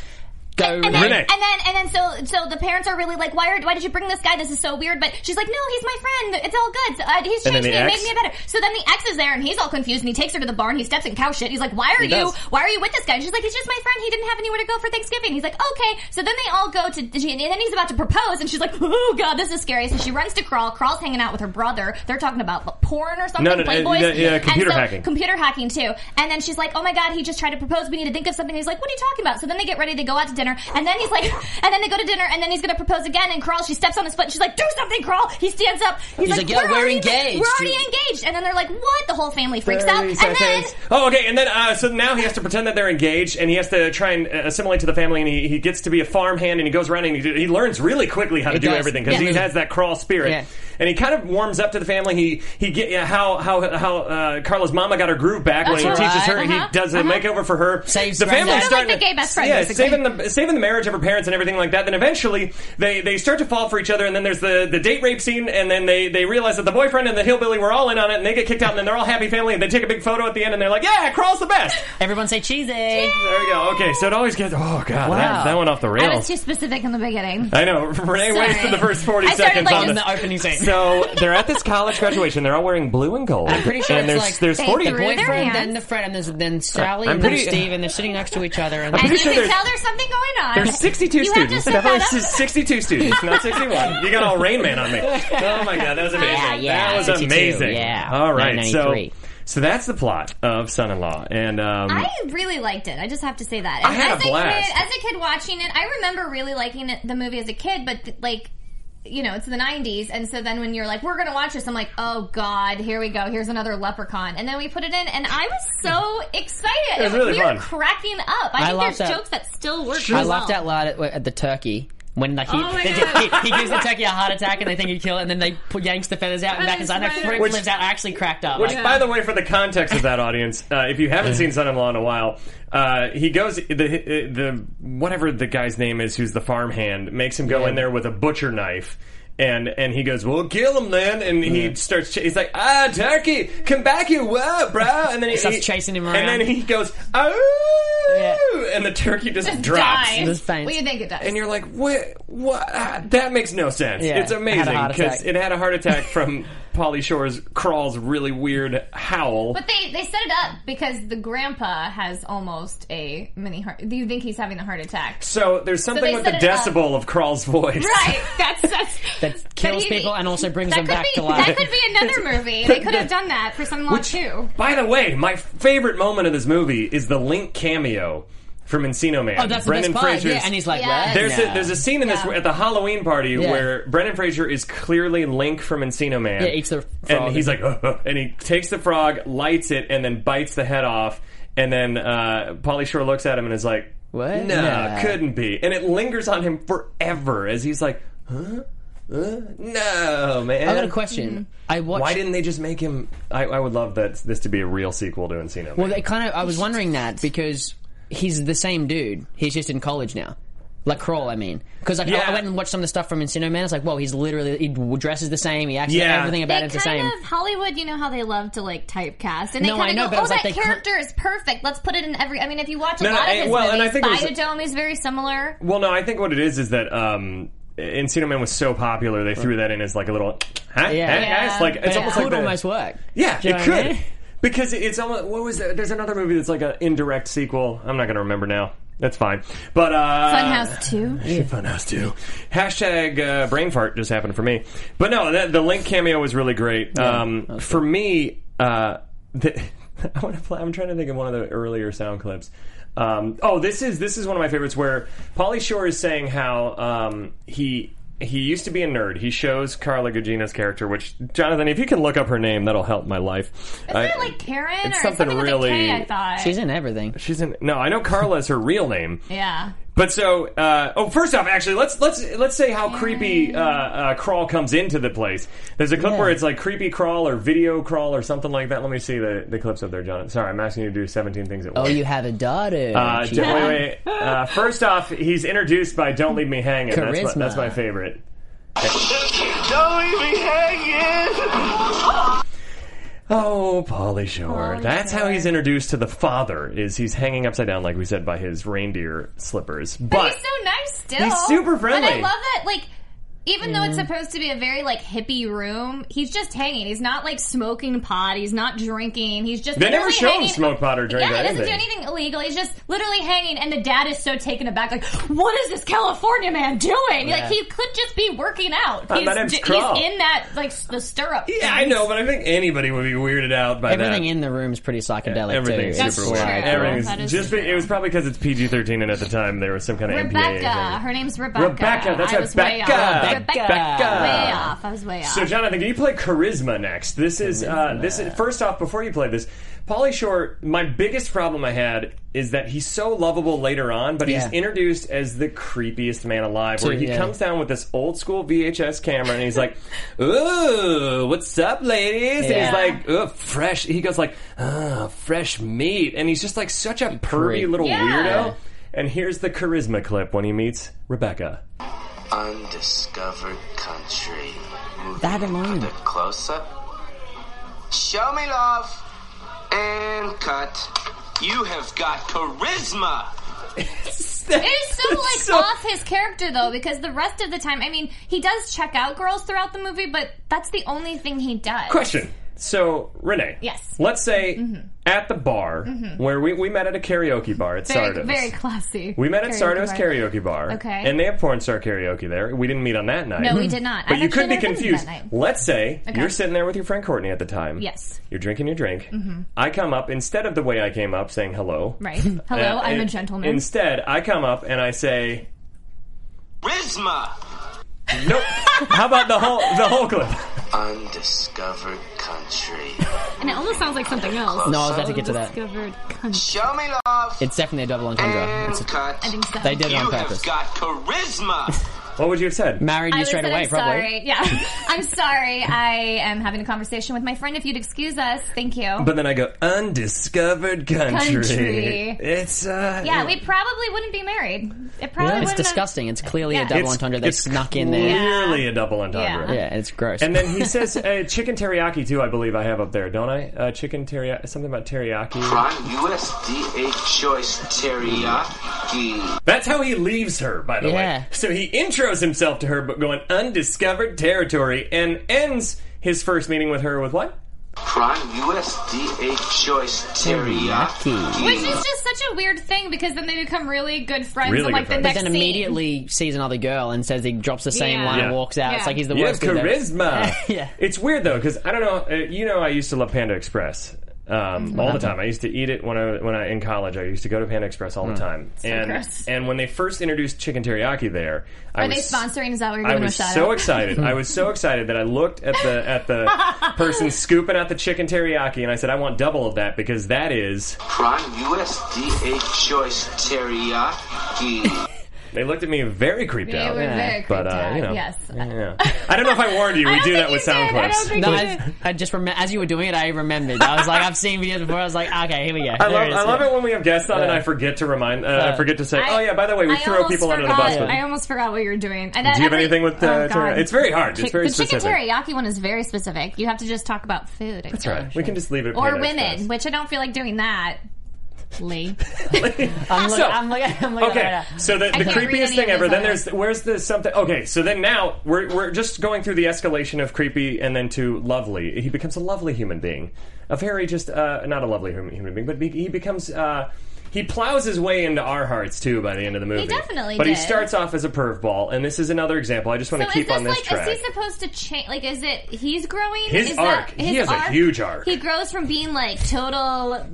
S5: Go,
S4: And then,
S3: Renee.
S4: and then, and then, so, so the parents are really like, why, are, why did you bring this guy? This is so weird. But she's like, no, he's my friend. It's all good. So, uh, he's
S3: And then the
S4: changed me, and
S3: ex?
S4: made me better. So then the ex is there, and he's all confused, and he takes her to the bar, and he steps in cow shit. He's like, why are you,
S5: does.
S4: why are you with this guy? And she's like, he's just my friend. He didn't have anywhere to go for Thanksgiving. He's like, okay. So then they all go to, and then he's about to propose, and she's like, oh god, this is scary. So she runs to crawl. Crawl's hanging out with her brother. They're talking about porn or something.
S3: No, no, no,
S4: Playboys.
S3: yeah, yeah,
S4: And
S3: computer
S4: so-
S3: hacking.
S4: computer hacking too. And then she's like, "Oh my god, he just tried to propose. We need to think of something." He's like, "What are you talking about?" So then they get ready. They go out to dinner, and then he's like, and then they go to dinner, and then he's going to propose again. And Carl, she steps on his foot. And she's like, "Do something, Carl." He stands up. He's,
S5: like, "Yeah, we're
S4: already-
S5: engaged."
S4: We're already engaged." And then they're like, "What?" The whole family freaks out, and then.
S3: oh, okay. And then uh, so now he has to pretend that they're engaged, and he has to try and uh, assimilate to the family. And he, he gets to be a farmhand, and he goes around and he, do- he learns really quickly how to
S5: He
S3: do
S5: does.
S3: everything because
S5: Yeah.
S3: he has that crawl spirit.
S5: Yeah.
S3: And he kind of warms up to the family. He he get yeah, how how how uh, Carla's mama got her groove back when he
S5: That's
S3: teaches
S5: right.
S3: her. He
S4: Uh-huh.
S3: does a makeover for her.
S5: Saves
S3: the
S5: granddad.
S3: family's
S5: Kinda
S4: like
S3: starting
S4: the gay best friend,
S3: Yeah,
S4: basically.
S3: saving the saving the marriage of her parents and everything like that. Then eventually they they start to fall for each other. And then there's the the date rape scene. And then they they realize that the boyfriend and the hillbilly were all in on it, and they get kicked out. And then they're all happy family. And they take a big photo at the end, and they're like, "Yeah, Carl's the best."
S5: Everyone say cheesy.
S3: There we go. Okay, so it always gets. Oh god, that,
S5: Wow.
S3: that went off the
S4: I was
S3: rails.
S4: too specific in the beginning.
S3: I know. Renee
S4: Sorry.
S3: wasted the first forty
S4: I started,
S3: seconds
S4: like,
S3: on
S4: just-
S5: In
S3: this.
S5: the opening scene.
S3: So they're at this college graduation. They're all wearing blue and gold.
S5: I'm pretty sure
S3: and
S5: it's
S3: there's
S5: like
S3: there's
S4: they
S3: forty.
S4: threw it-
S5: boyfriend,
S4: hands.
S5: then the friend, and there's, then Sally,
S3: I'm
S5: and then
S3: pretty-
S5: Steve, and they're sitting next to each other. And
S4: And you
S3: sure
S4: can
S3: there's-
S4: tell there's something going on.
S3: There's 62
S4: You have to
S3: students.
S4: set that up.
S3: This is 62 students, not 61. You got all Rain Man on me. Oh my god, that
S4: Ah,
S3: was amazing.
S5: Yeah, yeah,
S3: that was
S5: 62,
S3: amazing.
S5: yeah.
S3: All right, so
S5: 993.
S3: so that's the plot of Son-in-Law, and um,
S4: I really liked it. I just have to say that.
S3: I had
S4: as
S3: a blast.
S4: Kid, as a kid watching it, I remember really liking it, the movie as a kid, but th- like. You know, it's the 90s, and so then when you're like, we're gonna watch this, I'm like, oh god, here we go, here's another leprechaun. And then we put it in, and I was so excited. It
S3: was really
S4: we
S3: fun.
S4: were cracking up. I,
S5: I
S4: think
S5: laughed
S4: there's
S5: out-
S4: jokes that still work.
S5: I
S4: well.
S5: laughed out loud at, at the turkey. When like he,
S4: Oh my
S5: they
S4: God.
S5: did- he, he gives the turkey a heart attack and they think he killed it and then they put, yanks the feathers out and
S4: That
S5: back
S4: is
S5: inside and
S4: right.
S5: it
S3: Which-
S5: flips out. I actually cracked up.
S3: Which,
S5: Like,
S3: by the way, for the context of that audience, uh, if you haven't seen Son-in-Law in a while, uh, he goes the uh, the whatever the guy's name is who's the farmhand makes him go in there with a butcher knife. And and he goes, well, kill him then. And he starts. Ch- he's like, ah, turkey, come back here, what, bro? And then he
S5: starts
S3: he-
S5: chasing him
S3: And then
S5: around.
S3: he goes, oh,
S5: Yeah.
S3: and the turkey just,
S4: Just
S3: drops.
S4: dies.
S5: Just faints.
S4: What do you think it does?
S3: And you're like, what? What? Ah, that makes no sense.
S5: Yeah,
S3: It's
S5: it had a
S3: amazing
S5: heart
S3: because
S5: attack.
S3: it had a heart attack from Polly Shore's Crawl's really weird howl.
S4: but they, they set it up because the grandpa has almost a mini heart. Do you think he's having a heart attack?
S3: So there's something
S4: they
S3: with the
S4: set it up.
S3: decibel of Crawl's voice.
S4: Right. That's that's
S5: That kills
S4: he-
S5: people and also brings
S4: that
S5: them
S4: could
S5: back
S4: be,
S5: to life.
S4: That could be another movie. They could have done that for some law
S3: Which,
S4: too.
S3: by the way, my favorite moment of this movie is the Link cameo from Encino Man.
S5: oh, that's
S3: Brendan
S5: the best part.
S3: Fraser's-
S5: Yeah, and he's like,
S4: Yeah.
S5: "What?"
S3: There's
S5: No.
S3: a, there's a scene in this
S4: Yeah.
S3: at the Halloween party
S5: Yeah.
S3: where Brendan Fraser is clearly Link from Encino Man.
S5: Yeah, eats the frog.
S3: and he's like, "Uh, uh," and he takes the frog, lights it, and then bites the head off. And then uh, Polly Shore looks at him and is like,
S5: What?
S3: No,
S5: Nah.
S3: couldn't be. And it lingers on him forever as he's like, Huh? Huh? No, man.
S5: I got a
S4: Mm.
S5: question. I watched.
S3: Why didn't they just make him? I, I would love that this to be a real sequel to Encino. Man.
S5: Well, they kind of. I was wondering that because he's the same dude. He's just in college now. Like Crawl, I mean, because like, I-
S3: Yeah.
S5: I went and watched some of the stuff from Encino Man. It's like, well, he's literally he dresses the same. He acts
S3: Yeah.
S5: everything about
S4: They
S5: it's the
S4: kind
S5: same.
S4: of Hollywood, you know how they love to like typecast, and they
S5: No, I
S4: kind of
S5: know,
S4: go,
S5: but it
S4: "Oh,
S5: was like
S4: that
S5: they cl-
S4: character is perfect. Let's put it in every." I mean, if you watch a
S3: No, no,
S4: lot
S3: I-
S4: of his
S3: well, and I
S4: movies,
S3: think it was-
S4: Biodome is very similar.
S3: Well, no, I think what it is is that um, Encino Man was so popular they threw that in as like a little. Huh? Huh?
S5: Yeah.
S3: It's like
S5: But
S3: it's
S5: it
S3: almost
S5: could
S3: like the-
S5: almost work.
S3: Yeah,
S5: Do you
S3: it
S5: know
S3: could.
S5: what I mean?
S3: Because it's almost what was that? There's another movie that's like an indirect sequel. I'm not going to remember now. That's fine. But uh,
S4: Funhouse Two.
S3: Shit, Funhouse too. Hashtag uh, brain fart just happened for me. But no, that, the Link cameo was really great. um, for me, uh, the, I want to play. I'm trying to think of one of the earlier sound clips. Um, oh, this is this is one of my favorites where Polly Shore is saying how um, he. He used to be a nerd. He shows Carla Gugino's character, which Jonathan, if you can look up her name, that'll help my life. Isn't
S4: Isn't it like Karen or something, with a K, I thought.
S5: She's in everything.
S3: She's in. No, I know Carla is her real name.
S4: yeah.
S3: But so, uh, oh, first off, actually, let's let's let's say how creepy uh, uh, crawl comes into the place. There's a clip where it's like creepy crawl or video crawl or something like that. Let me see the, the clips up there, John. Sorry, I'm asking you to do 17 things at
S5: Oh,
S3: once.
S5: you have a daughter.
S3: uh,
S5: She-
S3: d- wait, wait. Uh, first off, he's introduced by "Don't Leave Me Hanging." That's
S5: Charisma.
S3: my, that's my favorite.
S8: Don't leave me hanging!
S3: Oh, Polly Shore. that's how he's introduced to the father. Is he's hanging upside down, like we said, by his reindeer slippers. But,
S4: But he's so nice still.
S3: He's super friendly. Mm.
S4: And I love that, like, even though it's supposed to be a very, like, hippie room, he's just hanging. He's not, like, smoking pot. He's not drinking. He's just.
S3: They never
S4: literally
S3: show him
S4: hanging-
S3: smoke pot or drink
S4: Yeah,
S3: or
S4: he doesn't do
S3: anything.
S4: anything illegal. He's just literally hanging, and the dad is so taken aback, like, what is this California man doing? Like, he could just be working out.
S3: Oh,
S4: He's,
S3: my name's
S4: j- he's
S3: Carl.
S4: in that, like, s- the stirrup.
S3: yeah, I know, but I think anybody would be weirded out by that.
S5: everything in the room's pretty psychedelic.
S3: Everything's
S5: too.
S3: super
S4: That's
S3: weird.
S4: true.
S5: Like,
S3: Everything's
S4: That is
S3: just
S4: true.
S3: it was probably because it's PG thirteen, and at the time there was some kind of MPAA
S4: Rebecca.
S3: thing.
S4: Her name's Rebecca.
S3: Rebecca, that's
S4: I
S3: right,
S4: was way off.
S3: Becca.
S4: Rebecca.
S3: Becca.
S4: Way off. I was way off.
S3: So Jonathan, can you play Charisma next? This is uh, this is first off before you play this. Polly Shore, my biggest problem I had is that he's so lovable later on, but
S5: Yeah.
S3: he's introduced as the creepiest man alive. Where
S5: Dude,
S3: he
S5: yeah.
S3: comes down with this old school VHS camera and he's like, "Ooh, what's up, ladies?"
S5: Yeah.
S3: And he's like, "Ooh, fresh." He goes like, "Ah, fresh meat," and he's just like such a pervy
S5: Creep.
S3: little
S4: Yeah.
S3: weirdo. And here's the Charisma clip when he meets Rebecca.
S8: Undiscovered country. Moving
S5: That alone.
S8: The close up. Show me love and cut. You have got charisma.
S4: It is so like off his character though, because the rest of the time, I mean, he does check out girls throughout the movie, but that's the only thing he does.
S3: Question. So, Renee.
S4: Yes.
S3: Let's say at the bar where we, we met at a karaoke bar at
S4: Very,
S3: Sardos.
S4: very classy.
S3: we met at
S4: Karaoke
S3: Sardos
S4: bar.
S3: Karaoke Bar.
S4: Okay.
S3: And they have porn star karaoke there. We didn't meet on that night.
S4: No, we did not.
S3: But
S4: I've
S3: you could be
S4: actually never been to
S3: confused.
S4: that night.
S3: Let's say
S4: Okay.
S3: you're sitting there with your friend Courtney at the time.
S4: Yes. Mm-hmm.
S3: You're drinking your drink. I come up, instead of the way I came up saying hello.
S4: Right. Hello,
S3: uh,
S4: I'm a
S3: in-
S4: gentleman.
S3: Instead, I come up and I say,
S8: Charisma.
S3: nope. How about the whole, the whole clip?
S8: Undiscovered country.
S4: and it almost sounds like something else.
S5: No, I was about to get to that.
S4: Discovered country.
S8: Show me love
S5: It's definitely a double entendre.
S8: and
S5: It's a,
S8: cut.
S4: I think so.
S5: they did it on
S8: You have
S5: purpose.
S8: got charisma.
S3: What would you have said?
S5: Married
S4: I
S5: you
S4: was
S5: straight
S4: said,
S5: away,
S4: I'm
S5: probably.
S4: sorry. Yeah, I'm sorry. I am having a conversation with my friend. If you'd excuse us, thank you.
S3: But then I go undiscovered country.
S4: Country.
S3: It's uh
S4: yeah, we probably wouldn't be married. It probably
S5: It's
S4: wouldn't
S5: disgusting. It's clearly
S4: Yeah.
S5: a double
S3: It's-
S5: entendre they
S3: it's
S5: snuck in there.
S3: Clearly a double entendre.
S5: Yeah. it's gross.
S3: And then he says uh, chicken teriyaki too. I believe I have up there, don't I? Uh, chicken teriyaki, something about teriyaki.
S8: Prime USDA choice teriyaki.
S3: That's how he leaves her, by the
S5: Yeah.
S3: way. So he intros himself to her, but going undiscovered territory, and ends his first meeting with her with what?
S8: Prime USDA choice
S5: Teriyaki.
S8: teriyaki.
S4: Which is just such a weird thing because then they become really good friends.
S3: Really
S4: and like
S3: good
S4: the
S3: friends.
S4: next
S5: then
S4: scene.
S5: immediately sees another girl and says he drops the same
S4: Yeah.
S5: line and
S3: Yeah.
S5: walks out. It's
S4: Yeah.
S5: like he's the
S3: You have
S5: worst. at that.
S3: charisma.
S5: Yeah.
S3: It's weird though, because I don't know. Uh, you know, I used to love Panda Express.
S4: Mm-hmm.
S3: Um, all the time. I used to eat it when I when I in college. I used to go to Panda Express all the time. and
S4: Mm. gross.
S3: and when they first introduced chicken teriyaki there, I
S4: Are
S3: was
S4: they sponsoring? Is that what you're
S3: I
S4: giving them a
S3: was
S4: shout
S3: so
S4: out?
S3: excited. I was so excited that I looked at the at the person scooping out the chicken teriyaki, and I said, "I want double of that because that is."
S8: Prime USDA Choice Teriyaki.
S3: They looked at me very creeped
S4: They
S3: out.
S4: were very
S3: but
S4: creeped
S3: uh,
S4: out,
S3: you know,
S4: yes.
S3: yeah. I don't know if I warned you.
S4: I
S3: We
S4: don't
S3: do
S4: think
S3: that
S4: you
S3: with sound
S4: did. I don't
S3: clips.
S4: think
S5: No,
S4: you
S5: I, I just remember as you were doing it, I remembered. I was like, I've seen videos before. I was like, okay, here we go.
S3: I love, I love it when we have guests on and I forget to remind, uh, I forget to say, oh yeah, by the way, we
S4: I
S3: throw
S4: almost
S3: people under the
S4: forgot-
S3: bus. but-
S4: I almost forgot what you were doing. And
S3: do you have anything with uh,
S4: the?
S3: teriyaki? It's very hard. It's very
S4: the
S3: specific.
S4: chicken teriyaki one is very specific. You have to just talk about food. I
S3: That's right. We can just leave it. at
S4: Or
S3: Panda
S4: women,
S3: Express.
S4: which I don't feel like doing that. Lee.
S5: I'm looking,
S3: So-
S5: I'm looking,
S4: Oh,
S5: I'm looking
S3: Okay,
S5: right now.
S3: so the, the
S4: can't read
S3: creepiest
S4: any
S3: thing
S4: of
S3: ever.
S4: this
S3: Then
S4: on
S3: there's where's the something. Okay, so then now we're we're just going through the escalation of creepy and then to lovely. He becomes a lovely human being, a very just uh, not a lovely hum- human being, but be, he becomes. Uh, he plows his way into our hearts too by the end of the movie.
S4: definitely
S3: but he
S4: did.
S3: starts off as a pervball, and this is another example. I just want
S4: So
S3: to
S4: is
S3: keep
S4: this
S3: on this
S4: like
S3: track.
S4: is he supposed to change? Like, is it he's growing?
S3: His
S4: is
S3: arc.
S4: That,
S3: He has a huge arc.
S4: He grows from being like total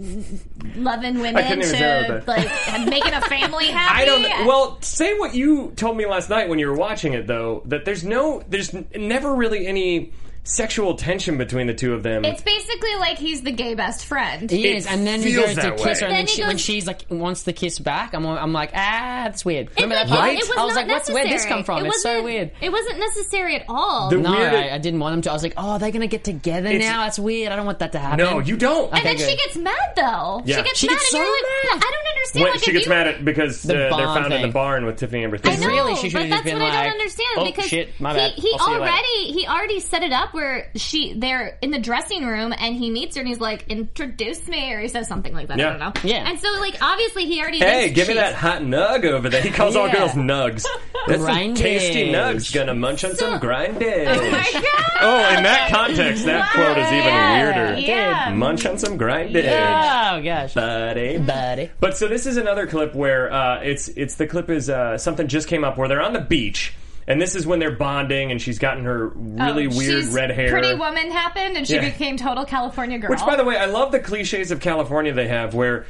S4: loving
S3: I couldn't
S4: women
S3: even say
S4: to
S3: that.
S4: like making a family happy.
S3: I don't. Well, say what you told me last night when you were watching it, though. That there's no, there's n- never really any sexual tension between the two of them.
S4: it's basically like he's the gay best friend.
S5: He
S3: It
S5: is, and then he
S3: feels
S5: goes to
S3: that way.
S5: kiss her, and
S4: Then
S5: then
S4: he
S5: she, when
S4: goes-
S5: she's like wants the kiss back, I'm, I'm like, ah, that's weird.
S4: It
S5: Remember that
S4: was-
S5: part?
S4: it was
S5: I was
S4: not
S5: like, what's where'd this come
S4: necessary.
S5: from?
S4: It
S5: it's so
S4: wasn't-
S5: weird.
S4: It wasn't necessary at all.
S3: The
S5: No,
S3: weird-
S5: I, I didn't want them to. I was like, oh, they're gonna get together
S3: It's-
S5: now. That's weird. I don't want that to happen.
S3: no, you don't.
S4: and then
S5: Okay,
S4: she
S5: good.
S4: gets mad though.
S3: Yeah.
S4: She gets
S5: She
S4: mad,
S5: gets
S4: and
S5: so
S4: you're like,
S5: mad.
S4: I don't understand.
S3: Wait,
S4: like,
S3: she
S4: if
S3: gets
S4: you-
S3: mad at because
S5: The
S3: uh, they're
S5: barn
S3: found in
S5: thing.
S3: the barn with Tiffany Amber.
S4: I know,
S5: Really, she should've
S4: but that's
S5: just been
S4: what I
S5: like,
S4: don't understand
S5: "Oh,
S4: because
S5: shit, my
S4: he,
S5: bad.
S4: he
S5: I'll see you later."
S4: already he already set it up where she they're in the dressing room and he meets her and he's like introduce me or he says something like that
S3: Yeah.
S4: I don't know
S5: Yeah.
S4: and so like obviously he already
S3: Hey,
S4: thinks
S3: give me
S4: she's-
S3: that hot nug over there. He calls all
S5: Yeah.
S3: girls nugs. That's some
S5: Grindage.
S3: tasty nugs. Gonna munch on some grindage.
S4: oh my god
S3: Oh, in that context, that quote is even weirder.
S4: yeah.
S3: Munch on some grindage,
S5: Oh gosh,
S3: buddy.
S5: buddy.
S3: But so this is another clip where uh, it's it's the clip is uh, something just came up where they're on the beach and this is when they're bonding and she's gotten her really
S4: Oh,
S3: weird
S4: she's
S3: red hair.
S4: Pretty Woman happened, and she
S3: Yeah.
S4: became total California girl.
S3: Which, by the way, I love the cliches of California they have where.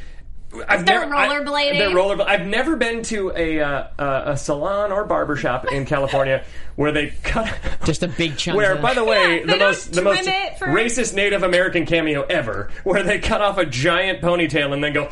S3: I've
S4: They're
S3: never, I-
S4: rollerblading.
S3: they're rollerblading. I've never been to a uh, uh, a salon or barber shop in California where they cut
S5: Just a big chunk.
S3: where,
S5: of-
S3: by the way,
S4: Yeah, they
S3: the
S4: don't
S3: most the
S4: trim
S3: most
S4: it for-
S3: racist Native American cameo ever, where they cut off a giant ponytail and then go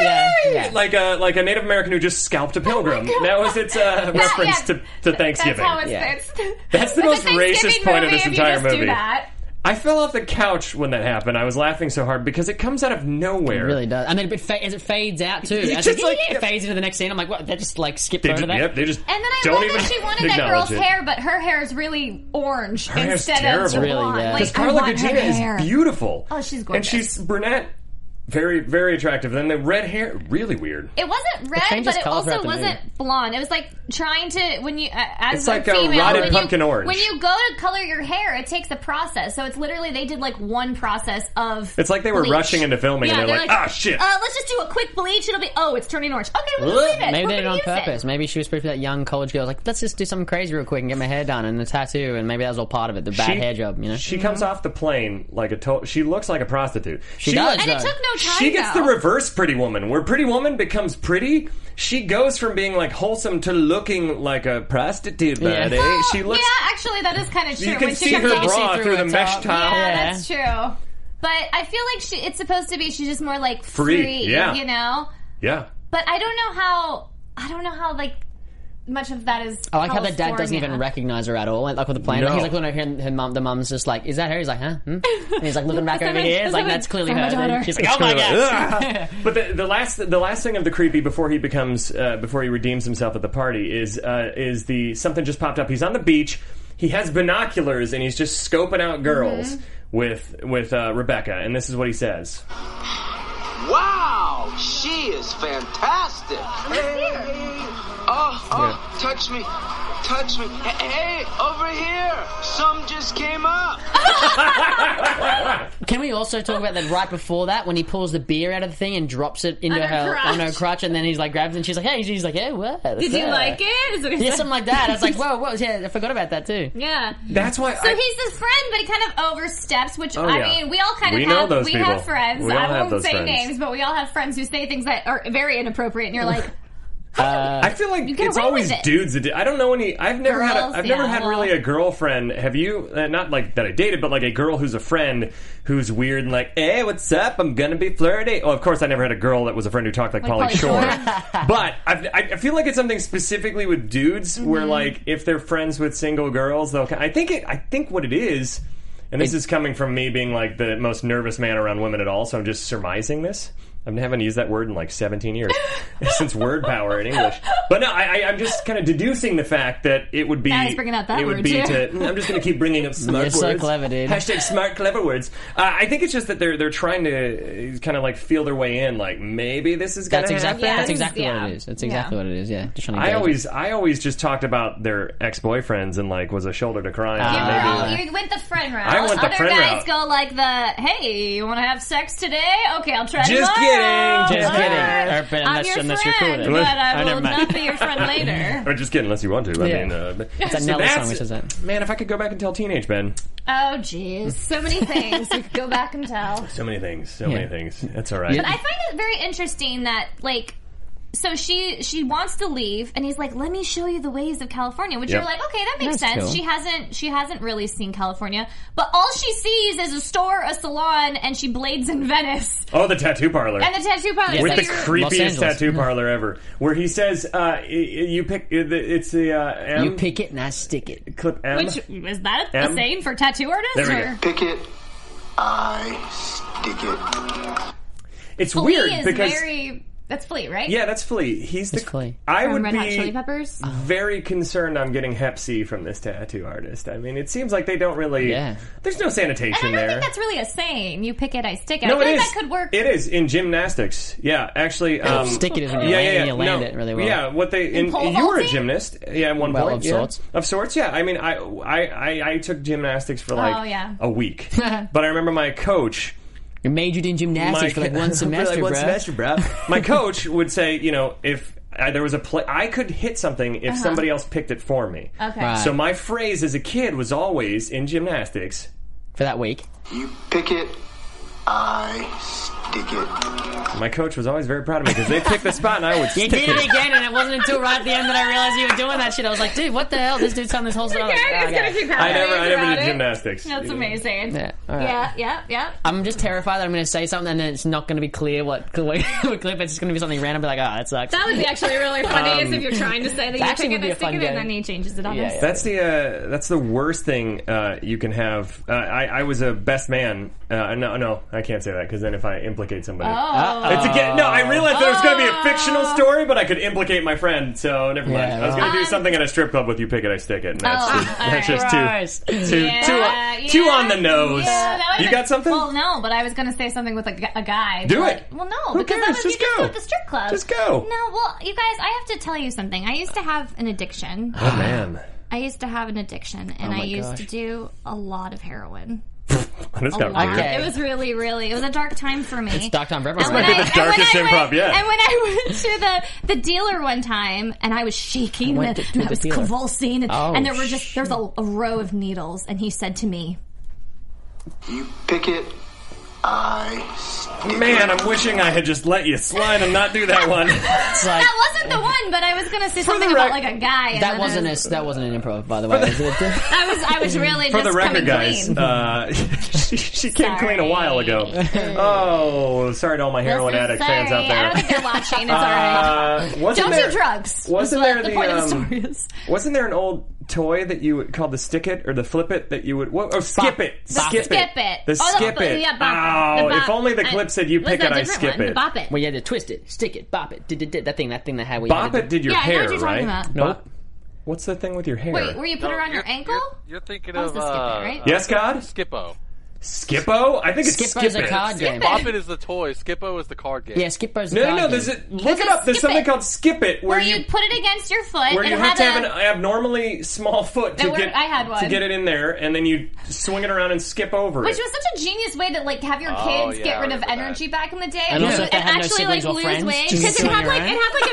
S5: yeah, yeah.
S3: like a like a Native American who just scalped a pilgrim.
S4: Oh God.
S3: that was its uh,
S4: Yeah,
S3: reference
S4: yeah.
S3: to, to Thanksgiving.
S4: That's how it's.
S5: Yeah.
S4: That's,
S3: That's the
S4: it's a
S3: most
S4: Thanksgiving
S3: racist point of
S4: movie
S3: this
S4: if you
S3: entire
S4: just do
S3: movie.
S4: that.
S3: I fell off the couch when that happened. I was laughing so hard because it comes out of nowhere.
S5: It really does. And then it fa- as it fades out too,
S3: It's
S5: as
S3: just
S5: it
S3: like-
S5: fades into the next scene, I'm like, what? They just like skipped
S3: They
S5: over
S3: just,
S5: that.
S3: yep, they just
S4: And then I
S3: don't
S4: love
S3: even
S4: that she wanted that
S3: acknowledge
S4: girl's
S3: it.
S4: hair, but her hair is really orange
S3: hair's
S4: instead of
S3: terrible. Really,
S4: blonde.
S5: yeah.
S4: Like,
S3: Because
S4: I
S3: Carla
S4: want her
S3: Gugino
S4: hair.
S3: is beautiful.
S4: Oh, she's
S3: And
S4: gorgeous.
S3: she's brunette. Very, very attractive. Then the red hair, really weird.
S4: It wasn't red,
S5: changes
S4: but it
S5: color
S4: also
S5: throughout the
S4: wasn't blonde. It was like trying to when you uh, as
S3: It's
S4: a
S3: like a
S4: female,
S3: rotted
S4: when
S3: pumpkin
S4: you,
S3: orange.
S4: When you go to color your hair, it takes a process. So it's literally they did like one process of.
S3: It's like they were
S4: bleach.
S3: rushing into filming
S4: Yeah,
S3: and they're, like, ah, shit.
S4: Uh, let's just do a quick bleach. It'll be oh, it's turning orange. Okay, we'll
S5: Ugh,
S4: just leave it.
S5: Maybe
S4: We're
S5: they did it
S4: gonna
S5: on
S4: use
S5: purpose. Maybe she was pretty that young college girl. Like, let's just do something crazy real quick and get my hair done and the tattoo, and maybe that was all part of it. The bad hair job, you know.
S3: She comes off the plane like a to- she looks like a prostitute. She,
S5: does,
S3: like-
S4: And it took no time.
S3: She gets
S4: though.
S3: the reverse Pretty Woman, where Pretty Woman becomes pretty. She goes from being like wholesome to looking like a prostitute.
S5: Yeah.
S3: Buddy,
S4: Well,
S3: she looks.
S4: Oh, Yeah, actually, that is kind of true.
S3: you can
S4: when she
S3: see
S4: comes
S3: her
S4: out-
S5: You see
S3: bra
S5: through
S3: through the
S5: her
S3: mesh
S5: top.
S3: top.
S4: Yeah,
S5: Yeah.
S4: Uh, that's true. But I feel like she, it's supposed to be she's just more like
S3: Free,
S4: free,
S3: yeah.
S4: you know.
S3: Yeah.
S4: But I don't know how. I don't know how like much of that is.
S5: I like how the dad doesn't even
S4: California.
S5: recognize her at all. Like with the plane,
S3: No.
S5: he's like looking at her, and her mum. The mum's just like, "Is that her?" He's like, "Huh?" Hmm? And he's like looking back over
S4: my-
S5: here. It's
S4: that's
S5: like
S4: my-
S5: that's clearly her.
S4: that's my
S5: And
S4: daughter.
S5: she's like, "Oh my god!"
S3: Ugh. but the, the last the last thing of the creepy before he becomes uh, before he redeems himself at the party is uh, is the something just popped up. He's on the beach. He has binoculars and he's just scoping out girls
S4: Mm-hmm.
S3: with with uh, Rebecca. And this is what he says.
S8: Wow, she is fantastic. Hey. Oh, oh, touch me, touch me. H- Hey, over here, some just came up.
S5: Can we also talk about that right before that when he pulls the beer out of the thing and drops it into
S4: On her
S5: her
S4: crotch.
S5: on her crutch and then he's like grabs it and she's like, hey, he's like, hey, what?
S4: Did you like it? Is what he
S5: Yeah,
S4: said.
S5: something like that. I was like, whoa, whoa, yeah, I forgot about that too.
S4: Yeah.
S3: That's why.
S4: So
S3: I,
S4: he's his friend, but he kind of oversteps, which
S3: Oh,
S4: I
S3: yeah.
S4: mean, we all kind
S3: We
S4: of
S3: know
S4: have
S3: those
S4: we
S3: people.
S4: have friends.
S3: We all
S4: I
S3: have
S4: won't
S3: those
S4: say
S3: friends.
S4: names, but we all have friends who say things that are very inappropriate, and you're like,
S3: I feel like
S4: get
S3: it's
S4: away
S3: always
S4: with it.
S3: dudes that do. I don't know any. I've never had.
S4: Girls,
S3: A, I've never
S4: yeah,
S3: had
S4: well-
S3: really a girlfriend. Have you? Uh, not like that I dated, but like a girl who's a friend who's weird and like, hey, what's up? I'm gonna be flirty. Oh, of course, I never had a girl that was a friend who talked like,
S4: Like
S3: Polly
S4: Pauly
S3: Shore.
S4: Shore.
S3: but I've, I I feel like it's something specifically with dudes where like if they're friends with single girls, they'll. ki- I think it. I think what it is. And this is coming from me being like the most nervous man around women at all, so I'm just surmising this. I haven't used that word in like 17 years since word power in English. But no, I, I, I'm just kind of deducing the fact that it would be.
S4: Now he's bringing up that
S3: it would
S4: word,
S3: be
S4: too.
S3: to. Mm, I'm just going to keep bringing up smart
S5: You're
S3: words.
S5: so clever, dude.
S3: Hashtag smart clever words. Uh, I think it's just that they're they're trying to uh, kind of like feel their way in. Like maybe this is going
S5: That's
S3: to
S5: exactly
S4: Yeah.
S5: that's exactly
S4: Yeah.
S5: what it is. That's exactly
S4: Yeah.
S5: what it is. Yeah, just trying to
S3: I
S5: engage
S3: always I always just talked about their ex boyfriends and like was a shoulder to cry on.
S5: Yeah,
S3: maybe.
S4: "Girl, you went the friend route."
S3: I went the
S4: Other
S3: friend
S4: guys
S3: route.
S4: go like the, "Hey, you want to have sex today? Okay, I'll try
S3: Just kidding,
S4: tomorrow."
S3: just
S4: All
S3: kidding.
S4: right.
S5: Or, but
S4: Oh, I'm
S5: unless-
S4: your
S5: unless you're cool
S4: friend,
S5: with it.
S4: but I
S5: Oh,
S4: will
S5: never mind.
S4: not be your friend later.
S3: Or just kidding, unless you want to. I
S5: Yeah.
S3: mean, uh,
S5: It's a
S3: so
S5: Nelly
S3: that's-
S5: song, which is that.
S3: Man, if I could go back and tell teenage Ben,
S4: Oh, jeez, so many things. we could go back and tell.
S3: so many things, so many
S5: Yeah.
S3: things. That's all right.
S5: Yeah.
S4: I find it very interesting that like so she she wants to leave and he's like let me show you the ways of California which
S3: Yep.
S4: you're like okay that makes
S5: That's
S4: sense
S5: cool.
S4: she hasn't she hasn't really seen California but all she sees is a store a salon and she blades in Venice
S3: Oh, the tattoo parlor.
S4: and the tattoo parlor
S5: Yeah,
S4: So
S3: with the
S5: Los
S4: you're-
S3: creepiest
S5: Angeles.
S3: tattoo parlor ever, where he says, uh, i- i- "You pick i- the- it's the uh, M,
S5: You pick it and I stick it.
S3: clip M."
S4: which is that a
S3: M.
S4: saying for tattoo artists
S3: There we
S4: or?
S8: Pick it, I stick it.
S3: it's
S4: Flea
S3: weird
S4: is
S3: because
S4: very that's flea right
S3: yeah, that's Flea. He's the
S5: It's Flea.
S3: I
S4: From
S3: would
S4: Red
S3: be
S4: Hot Chili Peppers
S3: very concerned I'm getting Hep C from this tattoo artist. I mean, it seems like they don't really.
S5: Yeah.
S3: There's no sanitation
S4: I don't
S3: there.
S4: think that's really a saying you pick it I stick it
S3: no,
S4: I feel
S3: it
S4: like
S3: is.
S4: that could work
S3: It is in gymnastics. Yeah, actually, um,
S5: stick it is when you land- when you land it really well.
S3: Yeah, what they in,
S4: pole
S3: you were a
S4: vaulting?
S3: gymnast. Yeah, at one
S5: Well,
S3: point
S5: of
S3: yeah.
S5: sorts.
S3: Of sorts, yeah. I mean, I I I, I took gymnastics for like
S4: Oh, yeah.
S3: a week, but I remember my coach.
S5: You majored in gymnastics for like one
S3: for
S5: semester,
S3: like one
S5: bro.
S3: semester, bro. my coach would say, you know, if uh, there was a play, I could hit something
S4: Uh-huh.
S3: if somebody else picked it for me.
S4: okay
S5: Right.
S3: So my phrase as a kid was always in gymnastics.
S5: for that week.
S8: You pick it, I stick it.
S3: My coach was always very proud of me because they picked the spot and I would
S5: You
S3: stick
S5: did it again, and it wasn't until right at the end that I realized you were doing that shit. I was like, dude, what the hell? This dude's done this whole time.
S4: Okay,
S5: I'm
S4: he's
S5: like,
S4: gonna keep
S3: I never,
S4: having
S3: I
S4: these
S3: never
S4: about
S3: did
S4: it.
S3: gymnastics.
S4: That's amazing.
S5: Yeah,
S4: Yeah,
S5: all right.
S4: yeah, yeah, yeah.
S5: I'm just terrified that I'm going to say something and then it's not going to be clear what, what clip. It's just going to be something random. Be like, oh, that sucks.
S4: That would be actually really funny is if you're trying to say that you
S5: Um, actually
S4: pick it
S5: would be a
S4: and stick
S5: fun
S4: it,
S5: game.
S4: and then he changes it on
S5: Yeah,
S4: us.
S5: yeah.
S3: That's the uh, that's the worst thing uh, you can have. Uh, I, I was a best man. Uh, no, no, I can't say that because then if I implicate somebody,
S4: Oh,
S3: it's again. No, I realized there was going to be a fictional story, but I could implicate my friend, so never mind.
S5: Yeah,
S3: I was going to do
S4: well.
S3: something at a strip club with you. Pick it, I stick it. And that's
S4: Oh,
S3: just,
S4: all
S3: that's
S4: right.
S3: just too
S5: Gross.
S3: too
S4: Yeah,
S3: too,
S4: yeah,
S3: too on the nose.
S4: yeah, that would've
S3: you
S4: been-
S3: got something?
S4: Well, no, but I was gonna say something with a, gu- a guy.
S3: Do
S4: Like-
S3: it.
S4: Well, no,
S3: Who
S4: because
S3: cares?
S4: that would be
S3: Just
S4: just
S3: go.
S4: with the strip club.
S3: Just go.
S4: No, well, you guys, I have to tell you something. I used to have an addiction.
S3: oh man,
S4: I used to have an addiction,
S3: Oh
S4: and
S5: my
S4: I used
S5: gosh.
S4: to do a lot of heroin.
S3: that's
S4: A
S3: got
S4: lot.
S3: weird.
S5: Okay.
S4: It was really, really. It was a dark time for me.
S5: It's dark time for
S4: And when
S5: everyone.
S4: I,
S3: the
S4: and when
S3: darkest
S4: I
S3: improv,
S4: went,
S3: yeah.
S4: And when I went to the, the dealer one time, and I was shaking,
S5: went
S4: and,
S5: to- to
S4: and I
S5: the
S4: was
S5: dealer.
S4: convulsing, and,
S5: Oh,
S4: and there were just there's a, a row of needles, and he said to me,
S8: You pick it, I stick it.
S3: Man, I'm wishing I had just let you slide and not do that one.
S5: It's like,
S4: "That wasn't the one," but I was gonna say
S3: the
S4: something about
S3: rec-
S4: like a guy. And
S5: that
S4: then
S5: wasn't
S4: I
S5: a,
S4: was,
S5: that wasn't an improv, by the way. was it?
S4: I was I was really
S3: For the
S4: just
S3: record,
S4: coming
S3: guys,
S4: clean.
S3: uh, she, she came
S4: Sorry.
S3: clean a while ago. Oh, sorry to all my heroin
S4: Listen,
S3: addict
S4: sorry,
S3: fans out
S4: I
S3: there.
S4: don't think they're watching. It's all right.
S3: Uh, wasn't
S4: Don't
S3: there,
S4: do drugs.
S3: Wasn't
S4: is
S3: there
S4: what
S3: the,
S4: the, point of the
S3: um,
S4: story is.
S3: Wasn't there an old toy that you would, called the stick it or the flip it that you would? What, oh, skip it, skip,
S4: skip it.
S3: the
S4: Oh, the-
S3: skip it.
S4: yeah, bop it.
S3: oh,
S4: The
S3: if
S4: bop.
S3: only the
S4: I-
S3: clip said you
S4: was
S3: pick
S4: that
S3: it, I
S4: different
S3: skip
S4: one?
S3: it.
S4: Bop it.
S5: well, you had to twist it, stick it, bop it, did, did, did, that thing, that thing that how we
S3: Bop
S5: had
S3: it
S5: to-
S3: did your
S4: Yeah, I know
S3: hair,
S4: what you're talking
S3: right?
S4: about.
S3: Bop- What's the thing with your hair?
S4: Wait, were you put her on your ankle?
S7: You're, you're thinking
S4: That was
S7: of
S4: the skip it,
S7: uh,
S4: right?
S3: yes, God.
S7: Skippo.
S3: Skippo? I think it's
S5: Skippo
S3: Skip
S5: is a
S3: It.
S5: card game.
S7: Bop It is the toy. Skippo is the card game.
S5: Yeah, Skippo's a
S3: No,
S5: card
S3: no, no.
S5: game.
S3: There's a, look
S4: There's
S3: it
S4: a
S3: up. There's
S4: Skip
S3: something
S4: It.
S3: called Skip It where,
S4: Where you put it against your foot.
S3: where
S4: it
S3: you have
S4: had
S3: to
S4: a,
S3: have an abnormally small foot to
S4: No, where-
S3: get
S4: I had
S3: to
S4: one.
S3: get it in there, and then you swing it around and skip over
S4: which
S3: it.
S4: was such a genius way to like have your
S7: Oh,
S4: kids
S7: yeah, I
S4: get rid of
S7: remember that.
S4: energy back in the day,
S5: And also if they had no
S4: actually like
S5: siblings or
S4: lose
S5: friends,
S4: weight
S5: just
S4: because it
S5: swing
S4: had like
S5: around.
S4: it had like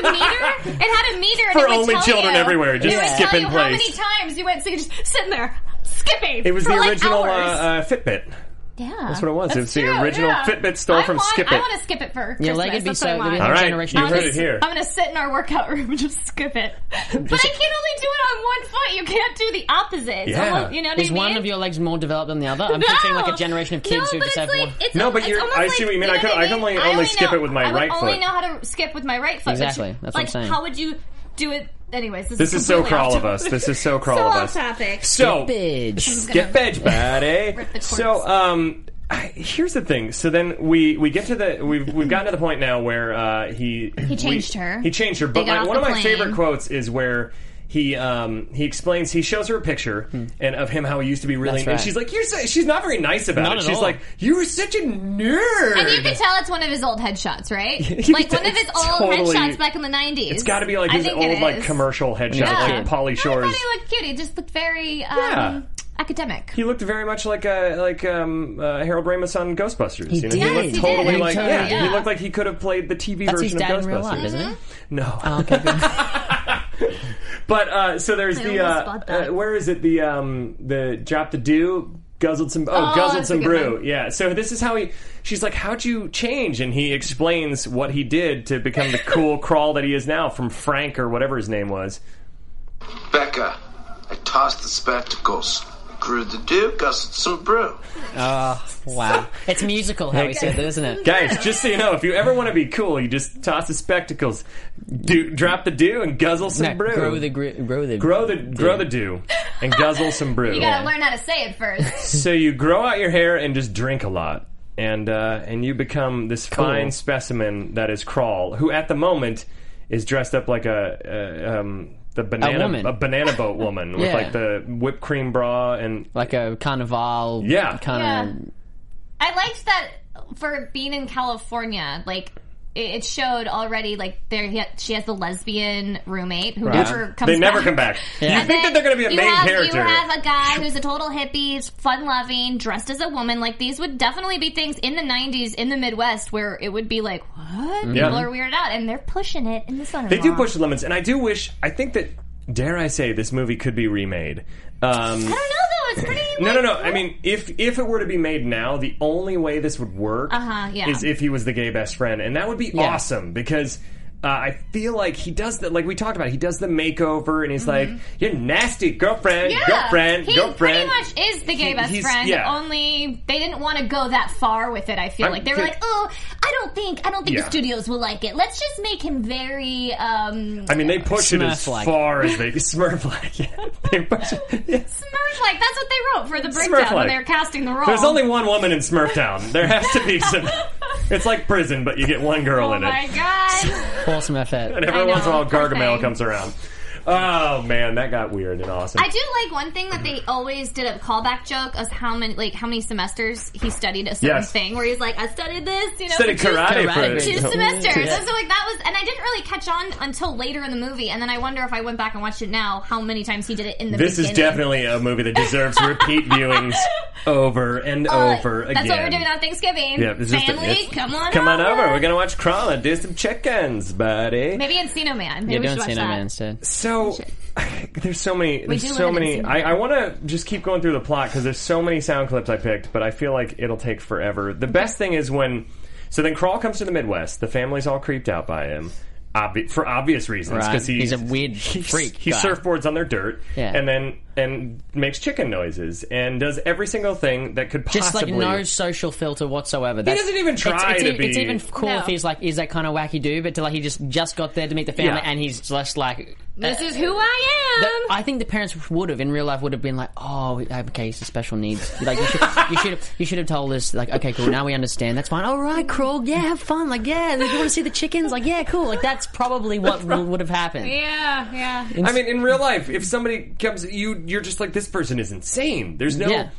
S4: a meter. It had a meter and
S3: For
S4: it would
S3: only
S4: tell
S3: children
S4: you,
S3: everywhere, just
S4: it would
S3: skip
S4: tell
S3: in
S4: you how
S3: place.
S4: many times you went, so you just sitting there skipping.
S3: it was
S4: for
S3: the
S4: like
S3: original uh,
S4: hours.
S3: uh, Fitbit.
S4: yeah,
S3: that's what it was. It's the
S4: true,
S3: original
S4: yeah.
S3: Fitbit store
S4: I
S3: from
S4: want,
S3: Skip
S4: I
S3: It.
S4: want to skip it for
S5: Yeah,
S4: Christmas.
S5: like it'd be
S4: that's what I
S5: so.
S4: want.
S5: It'd be
S3: All right,
S5: generational
S3: you've heard
S5: curse.
S3: it here.
S4: I'm gonna sit in our workout room and just skip it. But I can only do it on one foot. You can't do the opposite. It's
S3: Yeah.
S4: almost- you know what
S5: Is
S4: I mean?
S5: one of your legs more developed than the other? I'm picturing like a generation of kids
S4: no,
S5: who
S4: but
S5: just have
S4: it's like,
S5: one.
S4: it's
S3: No,
S4: al-
S3: but you're-
S4: it's almost
S3: I see what you mean.
S4: know
S3: I could-
S4: what
S3: I can only-
S4: I
S3: only skip
S4: know-
S3: it with my
S4: I would
S3: right
S4: only
S3: foot.
S4: know how to skip with my right foot. which-
S5: Exactly. That's what I'm
S4: like,
S5: saying.
S4: How would you do it? Anyways, this,
S3: This is so
S4: completely
S3: crawl
S4: off
S3: of us. This is so crawl
S4: so
S3: of
S4: off
S3: us.
S4: topic.
S3: So
S5: Bitch.
S3: Skip edge, buddy.
S4: Rip the cords.
S3: So, um, I- here's the thing. So then we we get to the we've we've gotten to the point now where uh, he he
S4: changed her.
S3: He changed her. But
S4: got
S3: my,
S4: off
S3: one of
S4: the
S3: my
S4: plane.
S3: favorite quotes is where. He um, he explains he shows her a picture and of him how he used to be really
S5: Hmm. That's
S3: and
S5: right.
S3: she's like you're so, she's not very nice about
S5: Not
S3: it
S5: at
S3: she's
S5: all.
S3: like you were such a nerd
S4: And you can tell it's one of his old headshots, right?
S3: You
S4: Like
S3: can
S4: one of his
S3: tell-
S4: old
S3: totally-
S4: headshots back in the '90s.
S3: it's got to be like
S4: I
S3: his
S4: think it
S3: old like
S4: is.
S3: commercial headshot
S5: Yeah.
S3: like Polly
S4: No, I
S3: Shore's
S4: thought he looked cute. He just looked very um,
S3: Yeah.
S4: academic.
S3: he looked very much like a like um, uh, Harold Ramis on Ghostbusters. you know,
S5: did.
S3: he
S4: Yes,
S3: looked
S4: he
S3: totally
S4: did.
S3: like
S5: He
S3: yeah,
S5: totally
S4: did.
S3: he looked like he could have played the TV
S5: That's his
S3: version of
S5: dad
S3: Ghostbusters.
S5: in real life, isn't it?
S3: No,
S5: Oh,
S3: but uh, so there's
S4: I
S3: the
S4: almost
S3: uh,
S4: bought that.
S3: uh, where is it the um, the drop the dew. Guzzled some, oh,
S4: Oh,
S3: guzzled
S4: that's
S3: some
S4: a good
S3: brew.
S4: one.
S3: Yeah. So this is how he. She's like, "How'd you change?" And he explains what he did to become the cool crawl that he is now, from Frank or whatever his name was.
S8: Becca, I tossed the spectacles, grew the dew, guzzled some brew.
S5: Wow. It's musical how he said that, isn't it?
S3: Guys, just so you know, if you ever want to be cool, you just toss the spectacles, do, drop the dew, and guzzle some
S5: No,
S3: brew.
S5: grow the gri- grow the
S3: grow the grow the dew, and guzzle some brew.
S4: You gotta learn how to say it first.
S3: So you grow out your hair and just drink a lot, and uh, and you become this fine specimen that is Crawl, who at the moment is dressed up like a. Uh, um, the banana,
S5: woman.
S3: banana boat woman with
S5: Yeah.
S3: like the whipped cream bra and
S5: like a carnival.
S3: Yeah.
S4: Yeah.
S5: kind
S4: I liked that for being in California. Like it it showed already. Like there, he, she has the lesbian roommate who never comes.
S3: they never come back. You think that they're going to be a
S4: you
S3: main
S4: have,
S3: character?
S4: You have a guy who's a total hippie, fun loving, dressed as a woman. Like these would definitely be things in the '90s in the Midwest where it would be like, what? People are weirded out, and they're pushing it in the sun.
S3: Mm-hmm. They do push the limits, and I do wish. I think that dare I say this movie could be remade. Um,
S4: I don't know though. It's pretty.
S3: no,
S4: Like,
S3: no, no. I mean, if if it were to be made now, the only way this would work
S4: Uh-huh, yeah.
S3: is if he was the gay best friend, and that would be awesome because. Uh, I feel like he does the like we talked about. He does the makeover, and he's like, "You're nasty, girlfriend,
S4: Mm-hmm. Yeah,
S3: girlfriend,
S4: he
S3: girlfriend."
S4: pretty much is the gay
S3: He-
S4: best
S3: he's-
S4: friend.
S3: yeah.
S4: Only they didn't want to go that far with it. I feel
S3: I'm
S4: like they were
S3: ki-
S4: like, oh, I don't think, I don't think
S3: Yeah.
S4: the studios will like it. Let's just make him very. um
S3: I mean, they push it as
S5: Smurf-like.
S3: far as they Smurf like. Yeah, they push it. yeah.
S4: Smurf like that's what they wrote for the breakdown
S3: Smurf-like.
S4: when they were casting the role.
S3: There's only one woman in Smurftown. There has to be some. It's like prison, but you get one girl
S4: Oh
S3: in
S4: my
S3: it.
S4: god!
S5: of awesome effort.
S3: And every once in a
S4: know,
S3: while,
S4: poor
S3: Gargamel
S4: thing.
S3: comes around. Oh man, that got weird and awesome.
S4: I do like one thing that they always did a callback joke of how many like how many semesters he studied a certain
S3: Yes.
S4: thing. Where he's like, I studied this, you know,
S3: Studied
S4: for two-
S3: karate,
S5: Karate
S4: two
S5: Yeah.
S3: for
S4: semesters. And so like that was, and I didn't really catch on until later in the movie. And then I wonder if I went back and watched it now, how many times he did it in the.
S3: This is
S4: beginning.
S3: definitely a movie that deserves repeat viewings over and
S4: Uh,
S3: over again.
S4: That's what we're doing on Thanksgiving.
S3: Yeah, it's just a-
S4: Family,
S3: it's-
S4: come on,
S3: Come on
S4: over.
S3: over. We're gonna watch Crawl and do some chickens, buddy.
S4: Maybe Encino Man. Maybe
S5: Yeah,
S4: we should
S5: don't
S4: watch
S5: say no
S4: that.
S5: man instead.
S3: So there's so many.
S4: do
S3: There's so
S4: live in a
S3: many.
S4: single
S3: I, I want to just keep going through the plot because there's so many sound clips I picked, but I feel like it'll take forever. The best thing is when. So then Crawl comes to the Midwest. The family's all creeped out by him. Obvi- for obvious reasons,
S5: Right.
S3: because
S5: He's a weird freak
S3: He
S5: guy.
S3: surfboards on their dirt,
S5: Yeah.
S3: and then and makes chicken noises and does every single thing that could possibly
S5: Just like no social filter whatsoever. That's,
S3: doesn't even
S5: it's-
S3: try
S5: it's,
S3: to
S5: e- It's
S3: be-
S5: even cool
S4: No.
S5: if he's like, is that kind of wacky dude? But to like, he just just got there to meet the family,
S3: Yeah.
S5: and he's just like,
S4: This is who I am.
S5: But I think the parents would have in real life would have been like, "Oh, okay, he's a special needs. Like you should, you should, have, you should have told us like, okay, cool, now we understand. That's fine. All right, crawl. Yeah, have fun. Like, yeah, you want to see the chickens? Like, yeah, cool. Like that's probably what w- would have happened.
S4: yeah, yeah.
S3: I mean, in real life, if somebody comes, you you're just like this person is insane. There's no.
S5: Yeah.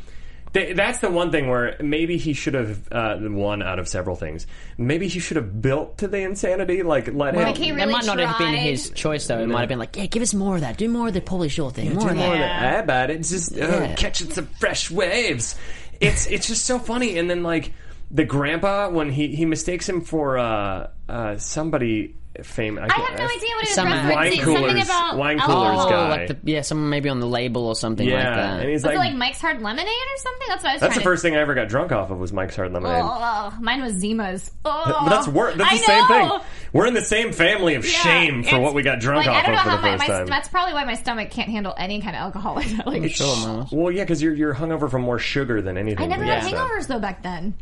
S3: Th- That's the one thing where maybe he should have uh, one out of several things. Maybe he should have built to the insanity, like let
S4: Like
S3: him.
S4: he
S5: It
S4: really
S5: might not
S4: tried.
S5: have been his choice though. It might have been like, yeah, give us more of that. Do more of the Polly Shore thing. more
S3: Do
S5: of
S3: more
S5: that.
S3: of that. How about it? Just uh,
S5: Yeah.
S3: catching some fresh waves. It's it's just so funny. And then like the grandpa when he he mistakes him for uh, uh, somebody famous.
S4: I have no idea what he was
S5: Some
S4: referencing.
S5: wine
S4: Something
S3: coolers-
S4: about
S3: wine coolers
S4: alcohol.
S3: guy.
S5: Oh, Like the, yeah, someone maybe on the label or something
S3: yeah,
S5: like that.
S3: and he's
S4: Was
S3: like,
S4: it like Mike's Hard Lemonade or something? That's what I was
S3: that's the
S4: trying
S3: first
S4: to...
S3: thing I ever got drunk off of was Mike's Hard Lemonade.
S4: Oh, mine was Zima's. Oh,
S3: But that's wor- that's
S4: I
S3: the same
S4: know.
S3: thing. We're in the same family of
S4: Yeah,
S3: shame for
S4: it's-
S3: what we got drunk
S4: like,
S3: off
S4: I
S3: of
S4: don't know
S3: for
S4: how
S3: the
S4: my,
S3: first
S4: my,
S3: time.
S4: That's probably why my stomach can't handle any kind of alcohol. like that. Like,
S5: Sure, man.
S3: well, yeah, because you're you're hungover from more sugar than anything.
S4: I never
S3: yeah.
S4: had hangovers though back then.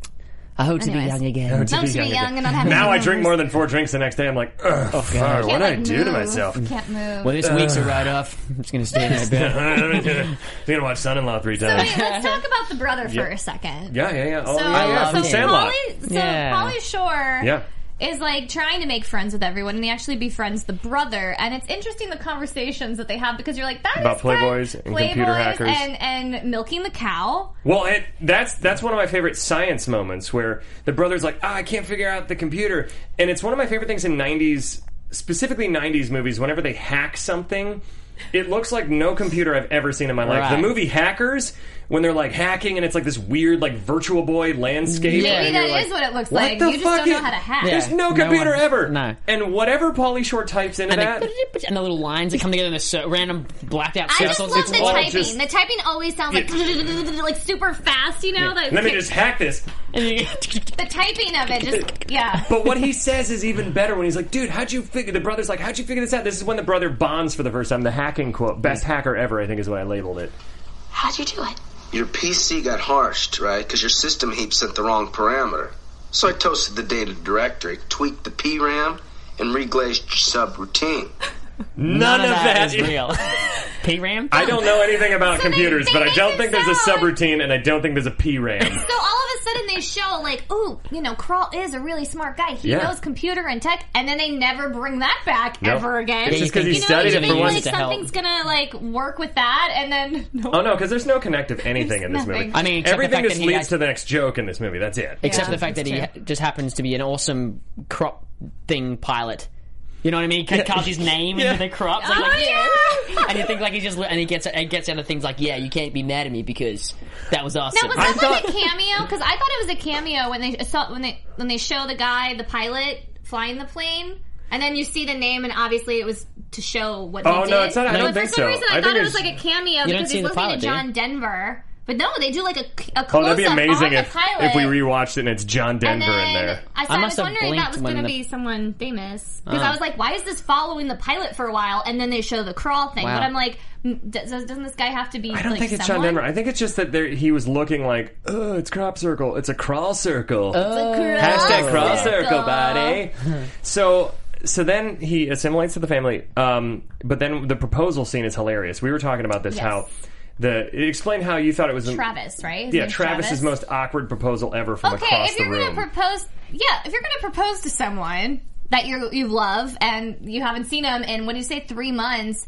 S5: I hope to
S4: Anyways.
S5: be young again.
S4: Not to be young and not have
S3: Now I drink
S4: hangovers.
S3: more than four drinks the next day. I'm like, ugh, fuck, what
S4: Can't,
S3: did I
S4: like,
S3: do to
S4: move.
S3: myself?
S4: Can't move.
S5: Well, this
S3: Uh.
S5: week's a write-off. I'm just gonna stay in my bed.
S3: I'm gonna watch Son-in-Law three
S4: So
S3: times.
S4: wait, let's talk about the brother for a second.
S3: Yeah, yeah, yeah. Oh,
S4: So,
S3: yeah, yeah,
S5: love
S3: from
S5: it.
S3: Sandlot.
S4: Polly, so
S5: Yeah.
S4: Polly Shore
S3: Yeah.
S4: is like trying to make friends with everyone, and he actually befriends the brother. And it's interesting the conversations that they have because you're like that is
S3: About
S4: fun.
S3: Playboys and computer
S4: Playboys
S3: hackers.
S4: and and milking the cow.
S3: Well, it, that's that's one of my favorite science moments where the brother's like, ah, I can't figure out the computer, and it's one of my favorite things in '90s, specifically '90s movies. Whenever they hack something, it looks like no computer I've ever seen in my life.
S5: Right.
S3: The movie Hackers, when they're like hacking, and it's like this weird like Virtual Boy landscape.
S5: Yeah.
S4: Maybe
S3: and
S4: that
S3: you're
S4: is
S3: like,
S4: what it looks
S3: "What
S4: like.
S3: the
S4: You just
S3: fuck
S4: don't know
S3: is-"
S4: how to hack.
S5: Yeah.
S3: There's no
S5: No
S3: computer
S5: one-
S3: ever.
S5: no.
S3: And whatever Polly Shore types into
S5: And
S3: that,
S5: the, and the little lines that come together in a cer- random blacked out
S4: I just
S5: circles.
S4: love
S5: It's
S4: the
S5: all
S4: typing.
S5: just-
S4: the typing always sounds like like super fast. You know, the,
S3: let me just hack this.
S4: the typing of it just yeah.
S3: But what he says is even better when he's like, dude, how'd you figure? The brother's like, how'd you figure this out? This is when the brother bonds for the first time. The hacking quote, best hacker ever, I think is what I labeled it.
S9: How'd you do it?
S8: Your PC got harshed, right? Because your system heap sent the wrong parameter. So I toasted the data directory, tweaked the PRAM, and reglazed your subroutine.
S3: None,
S5: None of that
S3: is-
S5: is real. P-Ram?
S3: I don't know anything about
S4: So they-
S3: computers,
S4: they
S3: but I
S4: make
S3: don't
S4: it
S3: think there's a
S4: sound-
S3: subroutine and I don't think there's a PRAM.
S4: So all of a sudden they show like, oh, you know, Kral is a really smart guy. He
S3: Yeah.
S4: knows computer and tech, and then they never bring that back
S3: Nope.
S4: ever again.
S3: It's just 'cause he
S4: you know,
S3: studied
S4: you
S3: it
S4: think,
S3: for
S4: Like
S5: once.
S4: something's gonna like work with that, and then no.
S3: oh no, because there's no connective anything in this
S4: There's
S3: movie.
S4: nothing.
S5: I mean, except
S3: everything
S5: the fact
S3: just
S5: that he
S3: leads
S5: has-
S3: to the next joke in this movie. That's it.
S5: Except for the fact that he
S4: that's
S5: ha- just happens to be an awesome crop thing pilot. You know what I mean? He cut- carves his name into the crop. It's like,
S4: Oh,
S5: like,
S4: yeah.
S5: And he thinks like he just and he gets and gets out of things like, yeah, you can't be mad at me because that was awesome.
S4: Now was that like a cameo? Because I thought it was a cameo when they saw when they when they show the guy, the pilot, flying the plane. And then you see the name, and obviously it was to show what
S3: Oh,
S4: he
S3: no,
S4: did.
S3: it's not- I
S4: But
S3: don't
S4: for
S3: think
S4: some
S3: so.
S4: reason,
S3: I
S4: I,
S3: think
S4: thought it was
S3: it's-
S4: like a cameo
S5: don't
S4: because
S5: see
S4: he's
S5: the
S4: listening
S5: pilot,
S4: to
S5: do you?
S4: John Denver. But no, they do like a, a
S3: Oh,
S4: close
S3: that'd be amazing
S4: on
S3: if,
S4: the pilot.
S3: if we rewatched it and it's John
S4: And
S3: Denver in
S4: then
S3: there.
S4: I, so
S5: I
S4: I,
S5: must
S4: was
S5: have
S4: wondering if that
S5: blinked
S4: was
S5: when
S4: going to
S5: the-
S4: be someone famous because
S5: Oh.
S4: I was like, why is this following the pilot for a while and then they show the crawl thing?
S5: Wow.
S4: But I'm like, m- does, doesn't this guy have to be?
S3: I don't
S4: like,
S3: think it's
S4: someone?
S3: John Denver. I think it's just that there, he was looking like, oh, it's crop circle. It's a crawl circle.
S4: Oh,
S3: Hashtag cross circle, buddy. so, so then he assimilates to the family. Um, but then the proposal scene is hilarious. We were talking about this
S4: Yes.
S3: how the explain how you thought it was
S4: Travis, right? His
S3: Yeah,
S4: name's
S3: Travis's most awkward proposal ever from
S4: Okay,
S3: across
S4: if you're
S3: the room.
S4: going to propose, yeah, if you're going to propose to someone that you you love and you haven't seen him in, what do you say, three months?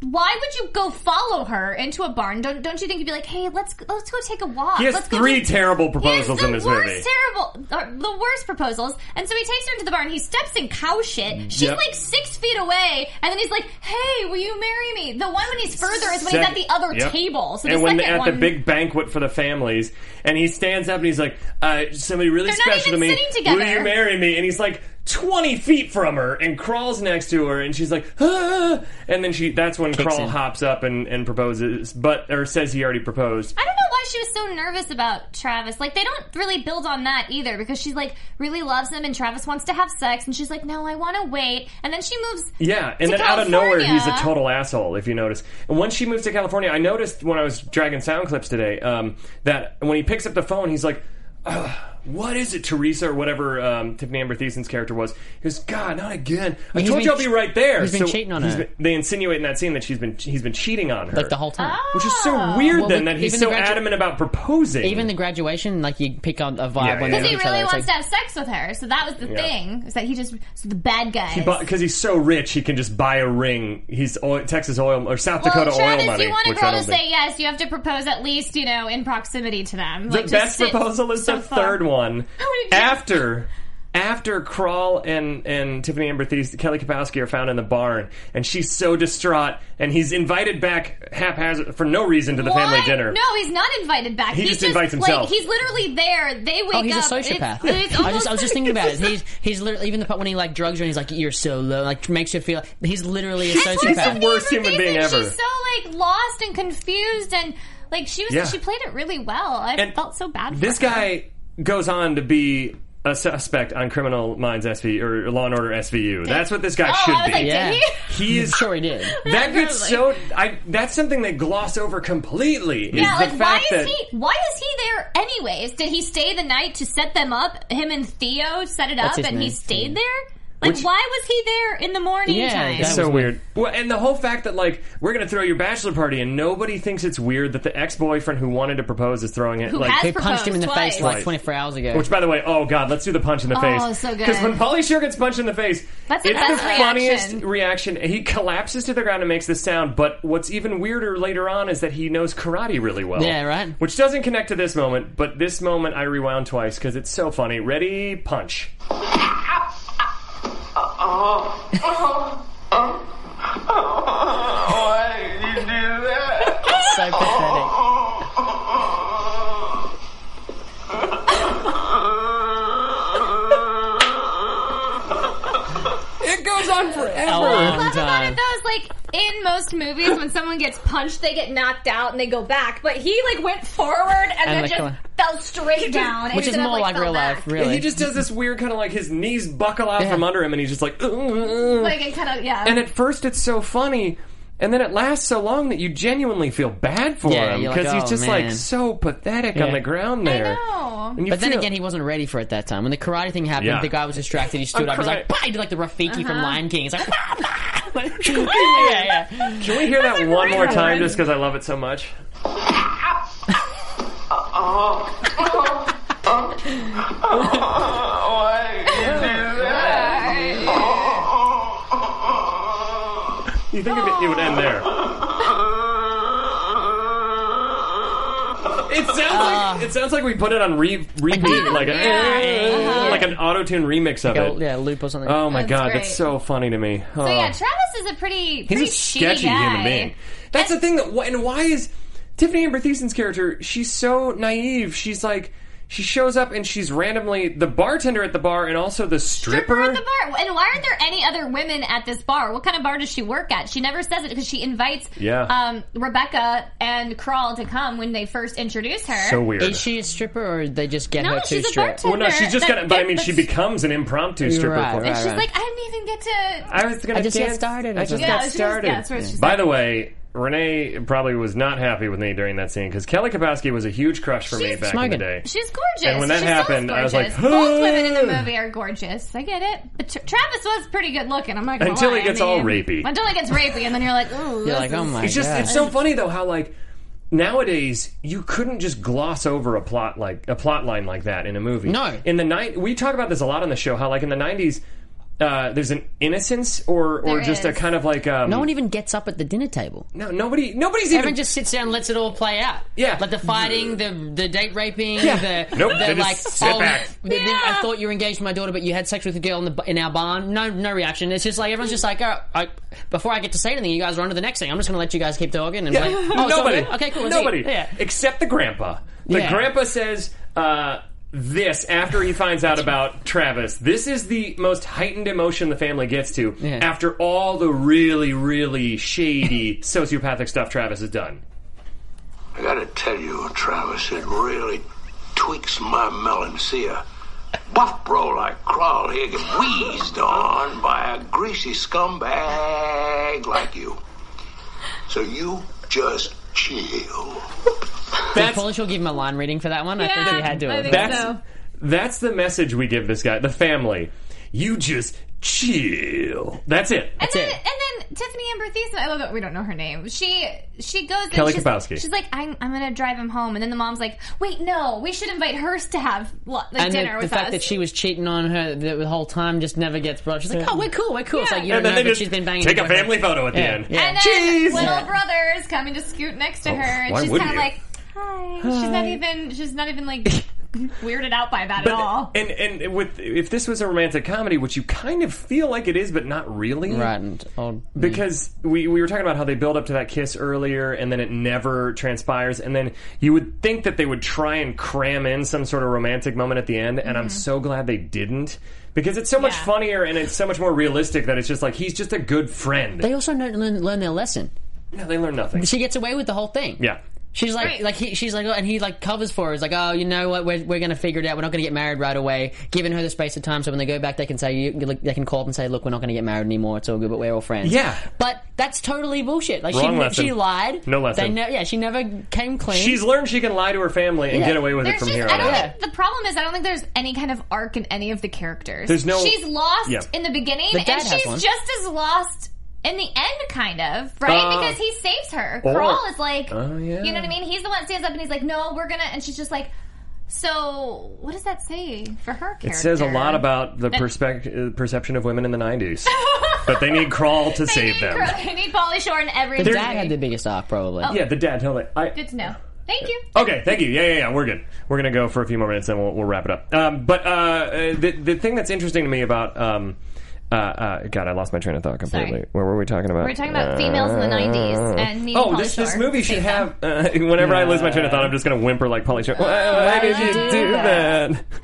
S4: Why would you go follow her into a barn? Don't don't you think you'd be like, hey, let's let's go take a walk?
S3: he has
S4: let's go
S3: three
S4: do-
S3: terrible
S4: He has
S3: proposals
S4: the
S3: in this
S4: worst
S3: movie.
S4: Terrible, or the worst proposals. And so he takes her into the barn. He steps in cow shit. She's
S3: Mm, Yep.
S4: like six feet away, and then he's like, "Hey, will you marry me?" The one when he's further is when he's
S3: Sec-
S4: at the other
S3: Yep.
S4: table. So the
S3: and when
S4: second
S3: the- at
S4: one,
S3: the big banquet for the families, and he stands up and he's like, uh, "Somebody really
S4: They're not
S3: special to
S4: even
S3: me.
S4: sitting
S3: Will you
S4: together."
S3: marry me?" And he's like. 20 feet from her and crawls next to her and she's like ah! and then she that's when crawl
S5: in.
S3: hops up and, and proposes but or says he already proposed
S4: I don't know why she was so nervous about Travis. Like they don't really build on that either because she's like really loves him and Travis wants to have sex and she's like, "No, I want to wait." And then she moves.
S3: Yeah, and
S4: to
S3: then out of nowhere, he's a
S4: California.
S3: total asshole. If you notice, and once she moves to California, I noticed when I was dragging sound clips today um, that when he picks up the phone, he's like, "Ugh, what is it, Teresa or whatever um, Tiffany Amber Thiessen's character was? He goes, God, not again. I
S5: He's
S3: told you
S5: been
S3: I'll be
S5: che-
S3: right there.
S5: he's
S3: So
S5: been cheating on
S3: he's
S5: her.
S3: been- they insinuate in that scene that she's been he's been cheating on her,
S5: like the whole time.
S4: Oh.
S3: which is so weird.
S5: Well,
S3: then
S5: look,
S3: that he's
S5: even the
S3: so
S5: gradu-
S3: adamant about proposing.
S5: Even the graduation, like you pick on a vibe
S3: Yeah,
S5: when
S3: yeah.
S5: they
S4: Because
S5: look
S4: he
S5: at each other.
S4: really
S5: It's
S4: wants to
S5: like,
S4: have sex with her, so that was the
S3: Yeah.
S4: thing. Is that he just so the bad guys?
S3: because he's so rich, he can just buy a ring. He's oil, Texas oil or South
S4: well,
S3: Dakota
S4: Travis,
S3: oil money.
S4: you want a
S3: which I
S4: girl to
S3: don't think-
S4: say yes, you have to propose at least you know in proximity to them.
S3: The
S4: like, just
S3: best
S4: sit
S3: proposal is
S4: so
S3: the
S4: far.
S3: third one.
S4: did you-
S3: After, after Crawl and and Tiffany Amber Thies, Kelly Kapowski are found in the barn, and she's so distraught, and he's invited back haphazard for no reason to the family
S4: Why?
S3: dinner.
S4: No, he's not invited back.
S3: He
S4: he's
S3: just invites himself.
S4: Like, he's literally there. They wake
S5: Oh, he's a
S4: up. It's-
S5: sociopath.
S4: It's,
S5: I just, I was just thinking about it.
S4: almost-
S5: He's, he's literally even the part when he like drugs her and he's like, "You're so low," like makes you feel. He's literally a
S4: That's why
S5: sociopath.
S4: Tiffany
S3: worst
S4: Amber
S3: human being
S4: Thiessen,
S3: ever.
S4: She's so like lost and confused and like she was.
S3: Yeah.
S4: She played it really well. I
S3: And
S4: felt so bad. For
S3: This
S4: her.
S3: guy goes on to be. A suspect on Criminal Minds SVU or Law and Order SVU. That's what this guy
S4: Oh,
S3: should
S4: I was
S3: be.
S4: like,
S5: Yeah.
S4: did he?
S3: he is
S5: Sure, he did.
S3: that
S4: I
S3: gets
S4: was like-
S3: so. I that's something they gloss over completely. is
S4: Yeah,
S3: the
S4: like why
S3: fact
S4: is
S3: that,
S4: he why is he there anyways? Did he stay the night to set them up? Him and Theo set it up
S5: his
S4: and he
S5: name,
S4: stayed
S5: Theo.
S4: there? Like
S3: Which-
S4: why was he there in the morning
S5: Yeah,
S4: time?
S5: that
S3: so
S5: was
S3: weird. Well, and the whole fact that like we're gonna throw your bachelor party and nobody thinks it's weird that the ex boyfriend who wanted to propose is throwing it.
S4: Who
S3: like,
S4: has
S5: They punched him in the
S4: Proposed
S5: face
S4: twice.
S5: like 24 hours ago.
S3: which by the way, oh god, let's do the punch in the face.
S4: so good.
S3: Because when Polly Shear gets punched in the face,
S4: That's the
S3: it's
S4: best
S3: the
S4: reaction.
S3: funniest reaction. He collapses to the ground and makes this sound. But what's even weirder later on is that he knows karate really well.
S5: Yeah, right.
S3: Which doesn't connect to this moment, but this moment I rewound twice because it's so funny. Ready, punch.
S8: Why did you do that?
S5: so pathetic.
S3: It goes on forever.
S5: A
S4: What I
S5: long
S4: love about
S5: time.
S4: it though is like in most movies when someone gets punched they get knocked out and they go back. But he like went forward and, then
S5: like,
S4: just
S5: uh,
S4: fell straight down. and
S5: Which is
S4: then,
S5: more like
S4: fell
S5: real
S4: back.
S5: life, really.
S3: He just does this weird kind of like his knees buckle out
S5: Yeah.
S3: from under him, and he's just like, "Ugh."
S4: Like it kind of yeah.
S3: and at first it's so funny, and then it lasts so long that you genuinely feel bad for
S5: Yeah,
S3: him
S5: you're
S3: because
S5: like,
S3: he's
S5: "Oh,
S3: just like
S5: man."
S3: so pathetic on
S5: Yeah.
S3: the ground there.
S4: I know.
S3: And you
S5: But then
S3: feel-
S5: again, he wasn't ready for it that time. When the karate thing happened,
S3: Yeah.
S5: the guy was distracted. He stood
S3: I'm
S5: up. He's
S3: cry-
S5: like, bah! he did like the Rafiki
S4: Uh-huh.
S5: from Lion King. He's like, bah, bah. Like, yeah, yeah.
S3: Can we hear that
S4: a
S3: one
S4: great
S3: more time
S4: reference.
S3: just because I love it so much?
S8: Why did you do that?
S3: You think it, it would end there? It sounds
S5: Uh.
S3: like it sounds like we put it on re- repeat, like a, like an auto tune remix of
S5: Go-
S3: it.
S5: Uh-huh. yeah, loop or something.
S3: Oh my
S4: That's
S3: god,
S4: great.
S3: that's so funny to me. Oh.
S4: So yeah, Travis is a pretty
S3: He's
S4: pretty
S3: a sketchy
S4: shitty guy.
S3: human being. That's the thing that, wh- and why is Tiffany Amber Thiessen's character? She's so naive. She's like, she shows up and she's randomly the bartender at the bar and also the stripper.
S4: stripper at the bar. And why aren't there any other women at this bar? What kind of bar does she work at? She never says it because she invites
S3: Yeah.
S4: um, Rebecca and Crawl to come when they first introduce her.
S3: So weird.
S5: Is she a stripper or did they just get
S4: No,
S5: her too
S4: she's a
S5: straight?
S4: bartender.
S3: well, no, she's just
S4: That-
S3: gonna. But I mean,
S4: that-
S3: she
S4: that's-
S3: becomes an impromptu stripper.
S5: Right,
S3: for-
S5: right.
S4: And she's like, I didn't even get to.
S3: I was gonna
S5: I just got
S3: dance.
S5: started.
S3: I just
S5: Yeah,
S3: got
S4: she was-
S3: started.
S4: yeah, that's what she said.
S3: By the way. Renee probably was not happy with me during that scene because Kelly Kapowski was a huge crush for me
S4: She's
S3: back in
S5: smoking.
S3: the day.
S4: She's gorgeous.
S3: And when that
S4: She's
S3: happened, I
S4: always
S3: was like,
S4: gorgeous. both
S3: "Huh?"
S4: women in the movie are gorgeous. I get it, but Tra- Travis was pretty good looking. I'm not gonna
S3: Until
S4: lie.
S3: he gets
S4: I mean,
S3: all rapey.
S4: Until he gets rapey, and then you're like, ooh,
S5: You're
S4: this
S5: like, oh
S4: is-
S5: my
S3: It's just
S5: god.
S3: it's so funny though how like nowadays you couldn't just gloss over a plot like a plot line like that in a movie.
S5: No.
S3: in the night we talk about this a lot on the show how like in the nineties. Uh, there's an innocence, or or
S4: There
S3: just a
S4: is.
S3: kind of like um,
S5: no one even gets up at the dinner table.
S3: no nobody nobody's even
S5: Everyone just sits down and lets it all play out.
S3: Yeah.
S5: Like the fighting, the the date raping, the,
S3: Nope,
S5: the
S3: they just
S5: like,
S3: sit
S5: oh,
S3: back.
S5: the- the-
S4: Yeah.
S5: I thought you were engaged to my daughter, but you had sex with a girl in, the, in our barn. No no reaction. It's just like, everyone's just like, oh, I, before I get to say anything, you guys are on to the next thing. I'm just going to let you guys keep talking. And like, oh, it's all
S3: nobody.
S5: good? Okay, cool. let's eat.
S3: Nobody.
S5: Yeah.
S3: Except the grandpa. The
S5: Yeah.
S3: grandpa says uh, this after he finds out about Travis. This is the most heightened emotion the family gets to
S5: Yeah.
S3: after all the really, really shady sociopathic stuff Travis has done.
S8: I gotta tell you, Travis, it really tweaks my melon to see a buff bro like Crawl here get wheezed on by a greasy scumbag like you. So you just chill.
S5: Paula will give him a line reading for that one. I think
S4: Yeah,
S5: he had to.
S4: I
S5: have.
S4: think
S3: That's
S4: so.
S3: That's the message we give this guy, the family. You just chill. That's it.
S4: And then,
S5: it.
S4: and then Tiffany Amber Thiessen, I love it. We don't know her name. She she goes. and
S3: Kelly
S4: she's,
S3: Kapowski.
S4: She's like, I'm, I'm gonna drive him home, and then the mom's like, Wait, no, we should invite Hearst to have lo- like
S5: and
S4: dinner
S5: the,
S4: with
S5: the fact
S4: us.
S5: that she was cheating on her the, the whole time just never gets brought. up. She's like, oh, we're cool, we're cool. It's
S4: Yeah.
S5: like you
S4: And
S3: and
S5: don't
S3: then
S5: know,
S3: they
S5: but
S3: just
S5: she's been banging.
S3: take
S5: your
S3: a
S5: boyfriend.
S3: family photo at the
S5: Yeah,
S3: end.
S5: yeah.
S4: and then
S3: Jeez.
S4: little
S3: Yeah. Oh,
S4: brother's coming to scoot next to her, and
S3: why
S4: she's
S3: would
S4: kind of
S3: you?
S4: like, Hi. She's not even. She's not even like weirded out by that
S3: But-
S4: at all.
S3: And and with if this was a romantic comedy, which you kind of feel like it is, but not really,
S5: Right, and old,
S3: Because we, we were talking about how they build up to that kiss earlier and then it never transpires. And then you would think that they would try and cram in some sort of romantic moment at the end. And I'm so glad they didn't because it's so much
S4: Mm-hmm. Yeah.
S3: funnier and it's so much more realistic that it's just like he's just a good friend.
S5: they also don't learn, learn their lesson.
S3: no, they learn nothing.
S5: She gets away with the whole thing.
S3: Yeah.
S5: She's like,
S4: Right.
S5: like he, she's like, oh, and he like covers for her. He's like, oh, you know what? We're, we're going to figure it out. We're not going to get married right away. Giving her the space of time, so when they go back, they can say, you, like, they can call up and say, look, we're not going to get married anymore. It's all good, but we're all friends.
S3: Yeah.
S5: but that's totally bullshit. Like
S3: Wrong
S5: she,
S3: lesson.
S5: she lied.
S3: No lesson.
S5: They ne- yeah, she never came clean.
S3: She's learned she can lie to her family and
S5: Yeah.
S3: get away with it
S4: There's
S3: from
S4: just,
S3: here
S4: I
S3: on
S4: don't
S3: out.
S4: think the problem is I don't think there's any kind of arc in any of the characters.
S3: There's no-
S4: She's lost
S3: Yeah.
S4: in the beginning,
S5: The
S4: and
S5: dad has
S4: she's
S5: one.
S4: just as lost in the end, kind of right
S3: Uh,
S4: because he saves her.
S3: or-
S4: Carl is like,
S3: Oh, yeah.
S4: you know what I mean? He's the one that stands up and he's like, "No, we're gonna," and she's just like. So, what does that say for her character?
S3: It says a lot about the perspec- uh, perception of women in the 90s. but they need Crawl to
S4: They
S3: save
S4: need
S3: them.
S4: Cro- They need Polly Shore in every
S5: the
S4: movie.
S5: dad had the biggest arc, probably.
S4: Oh,
S3: Yeah, the dad told it. I,
S4: Good to know. Thank you.
S3: Okay, thank you. Yeah, yeah, yeah. We're good. We're gonna go for a few more minutes, and we'll, we'll wrap it up. Um, but uh, uh, the the thing that's interesting to me about um, uh, uh, God, I lost my train of thought completely.
S4: Sorry.
S3: What were we talking about?
S4: We're talking about females in the '90s and needing
S3: Oh,
S4: Pauly
S3: this,
S4: Shore
S3: this movie
S4: to
S3: should
S4: save
S3: have.
S4: them.
S3: Uh, whenever I lose my train of thought, I'm just going to whimper like Polly Shore.
S4: Oh,
S3: Why, why did you do that?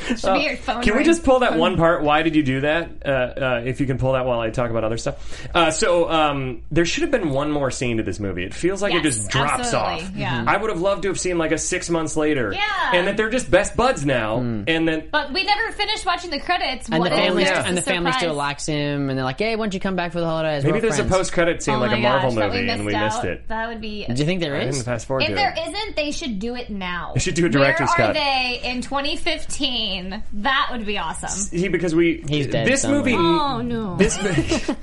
S4: Should be your phone
S3: Can we
S4: ring.
S3: just pull that one part? Why did you do that? Uh, uh, if you can pull that while I talk about other stuff. Uh, so um, there should have been one more scene to this movie. It feels like it
S4: Yes,
S3: just drops
S4: absolutely.
S3: off. Mm-hmm.
S4: Yeah.
S3: I would have loved to have seen like a six months later.
S4: Yeah.
S3: And that they're just best buds now.
S5: Hmm.
S3: And then
S4: But we never finished watching the credits.
S5: And
S4: What
S5: the
S4: if
S5: family,
S4: there's
S3: yeah.
S4: a
S5: and the family still
S4: surprise?
S5: likes him, and they're like, "Hey, why don't you come back for the holidays?" We're
S3: maybe there's
S5: friends."
S3: a post credit scene
S4: Oh
S3: like a
S4: my
S3: Marvel
S4: gosh, that
S3: movie, and we
S4: out.
S3: missed it.
S4: That would be.
S5: Do you think there
S3: I
S5: is?
S3: didn't fast forward
S4: if
S3: to
S4: there
S3: it.
S4: isn't, they should do it now.
S3: should do a director's
S4: Where
S3: cut.
S4: are they in 2015? That would be awesome.
S3: He because we
S5: He's dead
S3: this
S5: somewhere.
S3: movie
S4: Oh no!
S3: this movie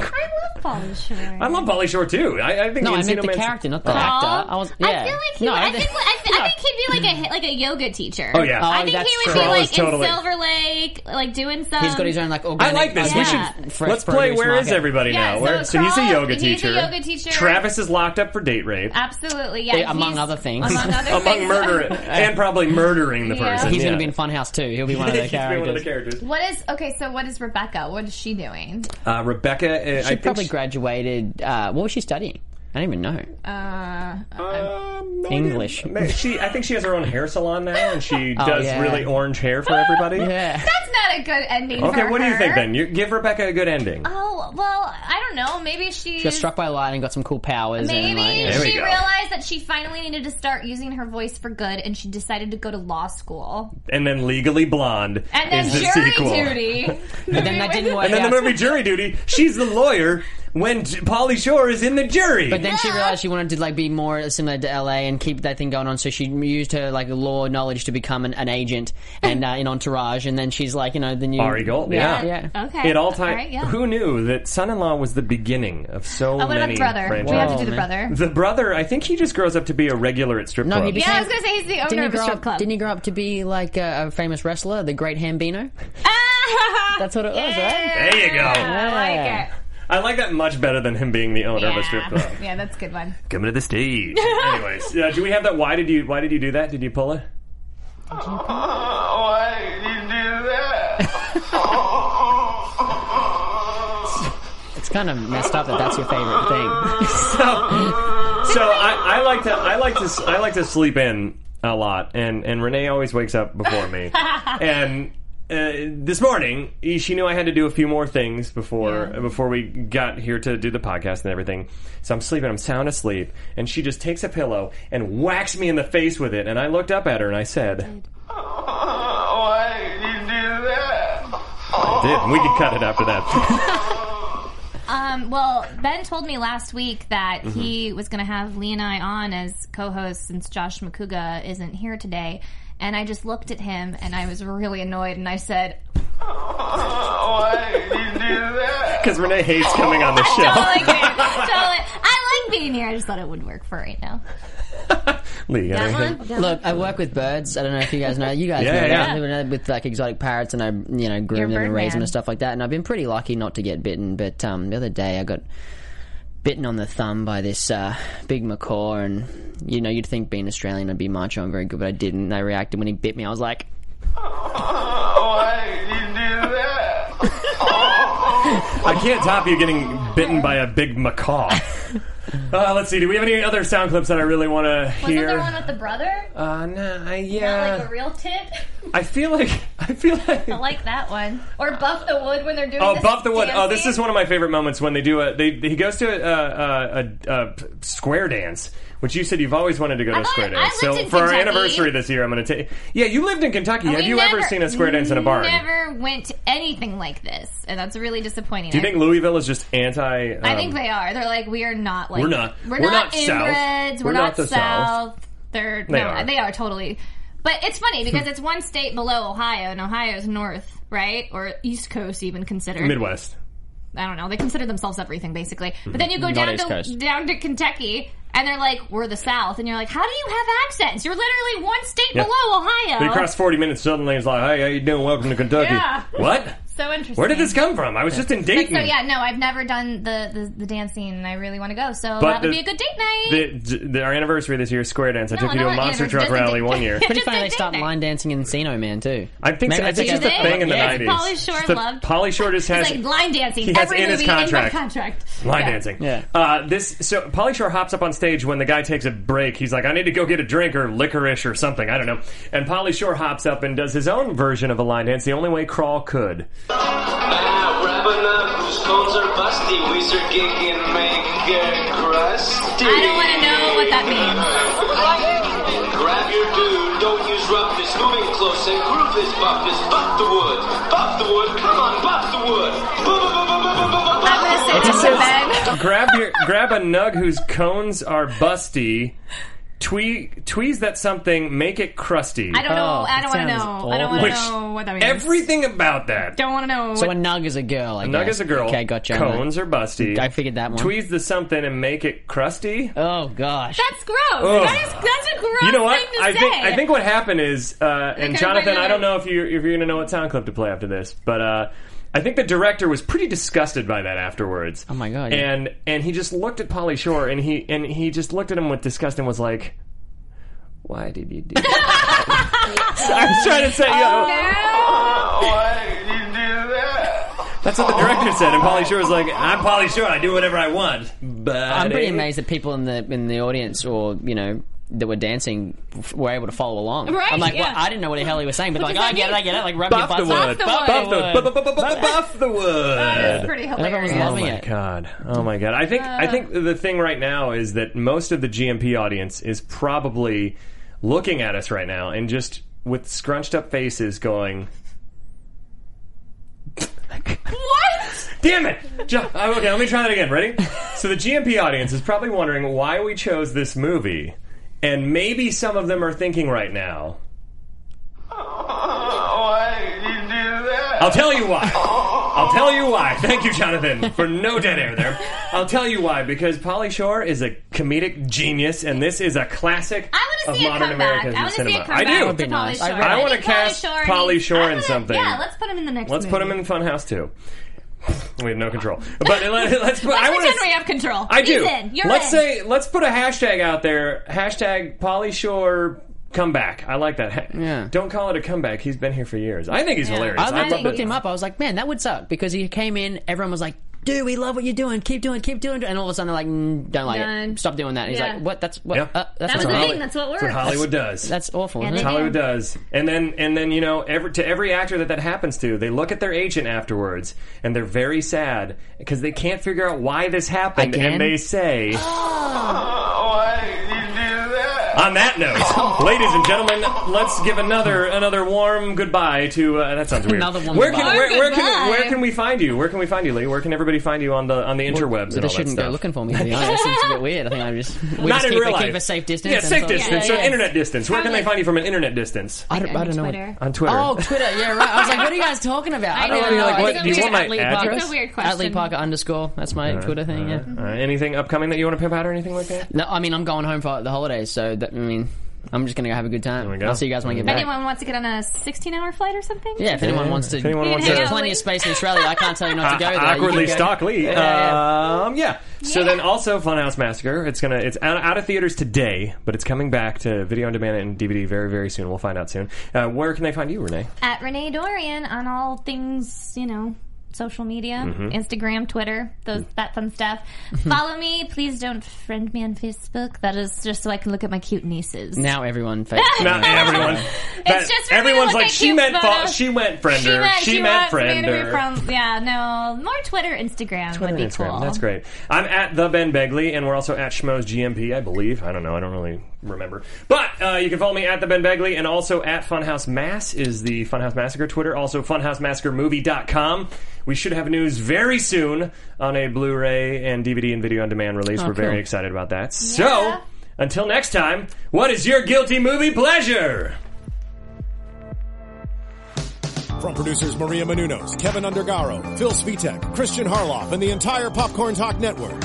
S4: I love Pauly Shore.
S3: I love Polly Shore too. I, I think
S5: No, I meant the
S3: Encino Man's-
S5: character, not the
S3: Oh.
S5: actor. I was. Yeah.
S4: I feel like he.
S5: no,
S4: would, I,
S5: don't-
S4: think, I, th- I think he'd be like a like a yoga teacher.
S3: Oh, yeah.
S4: I
S5: Oh,
S4: think
S5: that's
S4: he would
S5: true.
S4: be
S3: Paul is
S4: like
S3: totally-
S4: in Silver Lake, like doing some.
S5: He's got his own like
S3: Um, I
S5: organic.
S3: like this. We
S4: Yeah.
S3: should
S5: Fresh
S3: let's play.
S5: produce
S3: Where is
S5: market.
S3: everybody
S4: Yeah,
S3: now?
S4: so
S3: Where- he's a
S4: Kroll-
S3: yoga
S4: he's a
S3: teacher.
S4: yoga teacher.
S3: Travis is locked up for date rape.
S4: Absolutely, yeah.
S5: among
S4: he's-
S5: other things.
S4: Among other
S3: among
S4: things.
S3: murder and probably murdering the
S4: Yeah.
S3: person.
S5: He's
S3: yeah.
S5: going to be in Funhouse too. He'll be one of the
S3: He's gonna be one of the
S5: characters.
S3: characters.
S4: What is okay? So what is Rebecca? What is she doing?
S3: Uh, Rebecca, uh, I
S5: She
S3: think
S5: probably
S3: she-
S5: graduated. Uh, what was she studying? I don't even know.
S4: Uh,
S3: Um, no
S5: English.
S3: idea. Ma- She, I think she has her own hair salon now, and she
S5: Oh,
S3: does
S5: yeah.
S3: really orange hair for everybody.
S5: Yeah.
S4: that's not a good ending.
S3: Okay,
S4: for
S3: what do you
S4: her.
S3: think then? You give Rebecca a good ending.
S4: Oh well, I don't know. Maybe she's
S5: Got struck by lightning, got some cool powers.
S4: maybe
S5: and like, yeah.
S3: There we
S4: she
S3: go.
S4: realized that she finally needed to start using her voice for good, and she decided to go to law school.
S3: And then Legally Blonde
S4: And then
S3: is the
S4: jury
S3: sequel.
S4: duty.
S5: But then that didn't work
S3: And then
S5: out.
S3: the movie Jury Duty. She's the lawyer when J- Polly Shore is in the jury.
S5: But then she realized she wanted to like be more similar to LA and keep that thing going on. So she used her like law knowledge to become an, an agent and uh, in Entourage. And then she's like, you know, the new
S3: Ari Gold, yeah.
S5: yeah.
S4: Okay,
S3: It all time.
S4: right, yeah.
S3: Who knew that son-in-law was the beginning of so
S4: Oh, what about
S3: many
S4: the brother?
S3: franchises?
S4: We have to do
S5: Whoa,
S4: the
S5: man.
S4: brother.
S3: The brother, I think he just grows up to be a regular at strip
S5: No, he
S3: clubs.
S5: became-
S4: Yeah, I was gonna say he's the owner
S5: Didn't he,
S4: of a
S5: grow
S4: strip
S5: up,
S4: club.
S5: didn't he grow up to be like a, a famous wrestler, the Great Hambino? That's what it was, right?
S3: There you go.
S4: I like it.
S3: I like that much better than him being the owner of a strip club.
S4: Yeah. yeah, that's a good one.
S3: Coming to the stage. Anyways, uh, do we have that? Why did you? Why did you do that? Did you pull it?
S8: Why did you do that?
S5: It's kind of messed up that that's your favorite thing.
S3: So, so I, I like to. I like to. s- I like to sleep in a lot, and and Renee always wakes up before me, and. Uh, this morning, e, she knew I had to do a few more things before before we got here to do the podcast and everything. So I'm sleeping, I'm sound asleep, and she just takes a pillow and whacks me in the face with it. And I looked up at her and I said,
S8: Why did you do that?
S3: "Did and we could cut it after that?"
S4: Um, well, Ben told me last week that
S3: Mm-hmm.
S4: he was going to have Lee and I on as co-hosts since Josh McCuga isn't here today, And I just looked at him and I was really annoyed and I said,
S8: Why did you do that?
S3: Because Renee hates coming on the show.
S4: totally, agree. totally. I like being here. I just thought it would work for right now.
S3: Lee, you got
S4: That
S3: anything?
S4: one? That
S5: Look, I work with birds. I don't know if you guys know. You guys
S3: Yeah,
S5: know
S3: yeah.
S5: that. You know, with like exotic parrots, and I you know groom
S4: You're a
S5: them and
S4: bird
S5: raise them
S4: man.
S5: and stuff like that. And I've been pretty lucky not to get bitten. But um, the other day, I got bitten on the thumb by this uh, big macaw, and you know, you'd think being Australian, I'd be macho and very good, but I didn't. And I reacted when he bit me. I was like,
S8: Why did you do that?
S3: I can't top you getting bitten by a big macaw. Uh, let's see. Do we have any other sound clips that I really want to
S4: Wasn't
S3: hear?
S4: there one with the brother?
S3: uh, nah, I-
S4: Not
S3: yeah.
S4: like a real tit?
S3: I feel like I feel like
S4: I like that one. Or Buff the Wood when they're doing
S3: Oh,
S4: this
S3: Buff the Wood. Oh, this
S4: dancing.
S3: is one of my favorite moments when they do a. They, he goes to a, a, a, a square dance, which you said you've always wanted to go to a
S4: thought-
S3: square
S4: I
S3: dance. so
S4: lived in
S3: for our
S4: Kentucky.
S3: anniversary this year, I'm going to take. Yeah, you lived in Kentucky. Have
S4: We
S3: you ever
S4: never-
S3: seen a square dance in a barn?
S4: Never went to anything like this, and that's really disappointing.
S3: Do you think Louisville is just anti?
S4: I,
S3: um,
S4: think they are. They're like we are not like
S3: We're not-
S4: We're,
S3: we're
S4: not,
S3: not South.
S4: inbreds. We're,
S3: We're
S4: not,
S3: not the
S4: South. They're
S3: They
S4: no,
S3: are. Hmm.
S4: they are totally. But it's funny because it's one state below Ohio, and Ohio's north, right, or East Coast even considered.
S3: Midwest.
S4: I don't know. They consider themselves everything basically. But then you go
S3: Mm-hmm.
S5: Not
S4: down
S5: East
S4: to
S5: Coast.
S4: down to Kentucky, and they're like, "We're the South," and you're like, "How do you have accents? You're literally one state
S3: Yeah.
S4: below Ohio."
S3: They cross 40 minutes suddenly. It's like, hey, how you doing? Welcome to Kentucky.
S4: Yeah.
S3: What?
S4: so interesting.
S3: Where did this come from? I was just in Dayton.
S4: So yeah, no, I've never done the the, the dancing, and I really want to go. So
S3: But
S4: that would
S3: the-
S4: be a good date night.
S3: The, the, our anniversary this year is square dance. I took you to
S4: no,
S3: a
S4: no,
S3: monster
S4: yeah,
S3: truck
S4: just a
S3: rally
S4: date.
S3: one year.
S5: pretty
S4: Just
S5: funny. They
S4: a
S5: start
S4: dick.
S5: line dancing in Encino Man too.
S3: I think so, I
S5: that's
S3: think
S5: like
S3: it's just a
S4: a-
S3: thing in the
S5: Yeah,
S4: it's
S3: 90s.
S4: Pauly Shore
S3: It's the-
S4: loved-
S3: Pauly Shore just has
S4: It's like line dancing.
S3: He has
S4: Every
S3: in his
S4: movie
S3: contract.
S4: In my contract.
S3: Line
S4: Yeah.
S3: dancing.
S5: Yeah.
S3: Uh, this so Polly Shore hops up on stage when the guy takes a break. He's like, "I need to go get a drink or licorice or something. I don't know." And Polly Shore hops up and does his own version of a line dance, the only way Crawl could.
S9: Ah, wrapping up, whose phones are busty, Weezer gig and maker crusty.
S4: I don't want to know what that means.
S9: Grab your dude, don't use roughness, moving close and groove this buff this buff the wood, buff the wood, come on, buff the wood.
S4: I'm gonna say this to Ben.
S3: grab your grab a nug whose cones are busty. Twee, tweeze that something, make it crusty.
S4: I don't know.
S5: Oh,
S4: I don't want to
S5: sounds
S4: know. I don't want to
S3: Which
S4: know what that means.
S3: everything about that.
S4: Don't want to know.
S5: So a
S4: what,
S5: nug is a girl. I
S3: Nug
S5: guess.
S3: is a girl.
S5: Okay, gotcha.
S3: Cones are busty.
S5: I figured that one.
S3: Tweeze the something and make it crusty.
S5: Oh gosh.
S4: that's gross.
S3: Ugh.
S4: That is, that's a gross
S3: You know what?
S4: thing to
S3: I
S4: say.
S3: think I think what happened is, uh, and
S4: Okay,
S3: Jonathan,
S4: wait, wait,
S3: I don't
S4: wait.
S3: know if you if you're gonna know what sound clip to play after this, but uh, I think the director was pretty disgusted by that afterwards. Oh
S5: my God, yeah.
S3: And and he just looked at Polly Shore and he and he just looked at him with disgust and was like, "Why did you do?" that? I was trying to say, yo,
S8: Why did you do that?
S3: that's what the director said, and Polly Shore was like, "I'm Polly Shore. I do whatever I want." But
S5: I'm pretty amazed that people in the in the audience or you know that were dancing f- were able to follow along.
S4: Right,
S5: I'm like,
S4: yeah.
S5: well, I didn't know what the hell he was saying, but like,
S4: does
S5: I
S4: that
S5: get it,
S4: mean?
S5: I get it. Like, rub
S3: Buff
S5: your
S3: the
S5: butts
S3: wood.
S5: up.
S3: Buff the
S5: Buff the
S3: buff- buff- buff- buff the wood.
S4: That's pretty
S5: Everyone's
S4: hilarious.
S3: Oh
S5: loving
S3: my
S5: it.
S3: god! Oh my god! I think I think the thing right now is that most of the GMP audience is probably looking at us right now and just with scrunched up faces, going,
S4: What?
S3: "Damn it!" Jo- oh, okay, let me try that again. Ready? So the GMP audience is probably wondering why we chose this movie, and maybe some of them are thinking right now.
S8: Why did you do that?
S3: I'll tell you why. I'll tell you why. Thank you, Jonathan, for no dead air there. I'll tell you why because Polly Shore is a comedic genius, and this is a classic
S4: I
S3: of
S4: want to see a
S3: modern
S4: comeback.
S3: Americans
S4: I
S3: in
S4: want to see a
S3: cinema.
S4: comeback.
S3: I do.
S4: To Polly
S5: nice. I
S4: Shore.
S5: really- I
S3: wanna
S4: think Polly
S3: cast
S4: Shore needs-
S3: Polly Shore
S4: I
S3: in
S4: wanna-
S3: something.
S4: Yeah, let's put him in the next.
S3: Let's put him in Funhouse too. We have no control, but let, us Put, I
S4: I
S3: want
S4: pretend we
S3: to.
S4: have control.
S3: I do.
S4: Ethan, you're
S3: let's
S4: in.
S3: say. Let's put a hashtag out there. Hashtag Polly Shore comeback. I like that. Ha-
S5: Yeah.
S3: Don't call it a comeback. He's been here for years. I think he's hilarious.
S5: I
S3: love
S5: looked,
S3: that-
S5: looked him up. I was like, man, that would suck because he came in. Everyone was like, dude, we love what you're doing. Keep doing, keep doing. And all of a sudden, they're like, mm, don't like
S4: Done.
S5: it. Stop doing that. And he's
S4: Yeah.
S5: like, what? That's what?
S3: Yeah.
S5: Uh, that's
S4: That was
S5: not
S4: the
S5: right.
S4: thing. That's what works.
S3: That's what Hollywood does.
S5: That's awful.
S4: Yeah,
S5: isn't
S4: they
S5: it?
S4: do.
S3: Hollywood does, and then and then you know every, to every actor that that happens to, they look at their agent afterwards, and they're very sad because they can't figure out why this happened,
S5: Again?
S3: and they say,
S8: Why did you do that?
S3: on that note, ladies and gentlemen, let's give another another warm goodbye to. Uh, that sounds weird.
S5: Another warm
S3: where can
S5: goodbye.
S3: where, where can
S4: Goodbye.
S3: where can we find you? Where can we find you, Lee? Where can everybody find you on the on the interwebs and
S5: they
S3: all that
S5: shouldn't
S3: stuff?
S5: go looking for me. To be honest, it's a bit weird. I think I'm just we
S3: Not
S5: just
S3: in
S5: keep,
S3: real
S5: keep
S3: life.
S5: a safe distance.
S3: Yeah,
S5: and
S3: safe
S5: it's all-
S3: distance.
S4: Yeah,
S3: So
S4: yeah.
S3: internet distance. Where can they
S4: Probably-
S3: find you from an internet distance?
S5: I don't, I don't know. what-
S4: Twitter.
S3: On Twitter.
S5: Oh, Twitter. Yeah, right. I was like, what are you guys talking about?
S4: I know.
S5: really
S3: like,
S4: It's
S3: what-
S4: a
S3: do you
S4: weird-
S3: want my
S5: At Lee
S3: address?
S5: Parker.
S4: It's a weird
S5: At Lee
S4: question.
S5: Parker underscore. That's my Twitter thing. Yeah.
S3: All right. Uh, Anything upcoming that you want to pimp out or anything like that?
S5: No, I mean, I'm going home for the holidays, so that, I mean, I'm just gonna go have a good time.
S3: we go.
S5: I'll see you guys when I get back.
S4: Anyone wants to get on a 16-hour flight or something?
S5: Yeah, if anyone wants to,
S3: If anyone wants
S5: there's
S4: to-
S5: plenty of space in Australia. I can't tell you not to go there. You can
S3: awkwardly
S5: go-
S3: stockly.
S5: yeah.
S3: Um, yeah. So
S4: Yeah.
S3: then also Funhouse Massacre. It's gonna it's out, out of theaters today, but it's coming back to video on demand and DVD very very soon. We'll find out soon. Uh, where can they find you, Renee?
S4: At Renee Dorian on all things, you know, social media,
S3: Mm-hmm.
S4: Instagram, Twitter, those
S3: Mm.
S4: that fun stuff. Follow me. Please don't friend me on Facebook. That is just so I can look at my cute nieces.
S5: Now everyone, fa-
S3: Not everyone. That-
S4: just for me to
S3: everyone's
S4: look
S3: like
S4: at
S3: she
S4: cute
S3: meant fo-
S4: photos."
S3: she meant friender.
S4: She meant, she
S3: meant
S4: wants me to be
S3: friender.
S4: from- yeah, no, more Twitter, Instagram would be
S3: Instagram.
S4: cool.
S3: That's great. I'm at the Ben Begley, and we're also at Schmoes GMP, I believe. I don't know. I don't really remember. But uh, you can follow me at the Ben Begley, and also at Funhouse Mass is the Funhouse Massacre Twitter. Also FunhouseMassacreMovie.com. We should have news very soon on a Blu-ray and DVD and video on demand release.
S4: Oh,
S3: we're very
S5: cool.
S3: excited about that. So until next time, what is your guilty movie pleasure?
S1: From producers Maria Menunos, Kevin Undergaro, Phil Svitek, Christian Harloff, and the entire Popcorn Talk Network,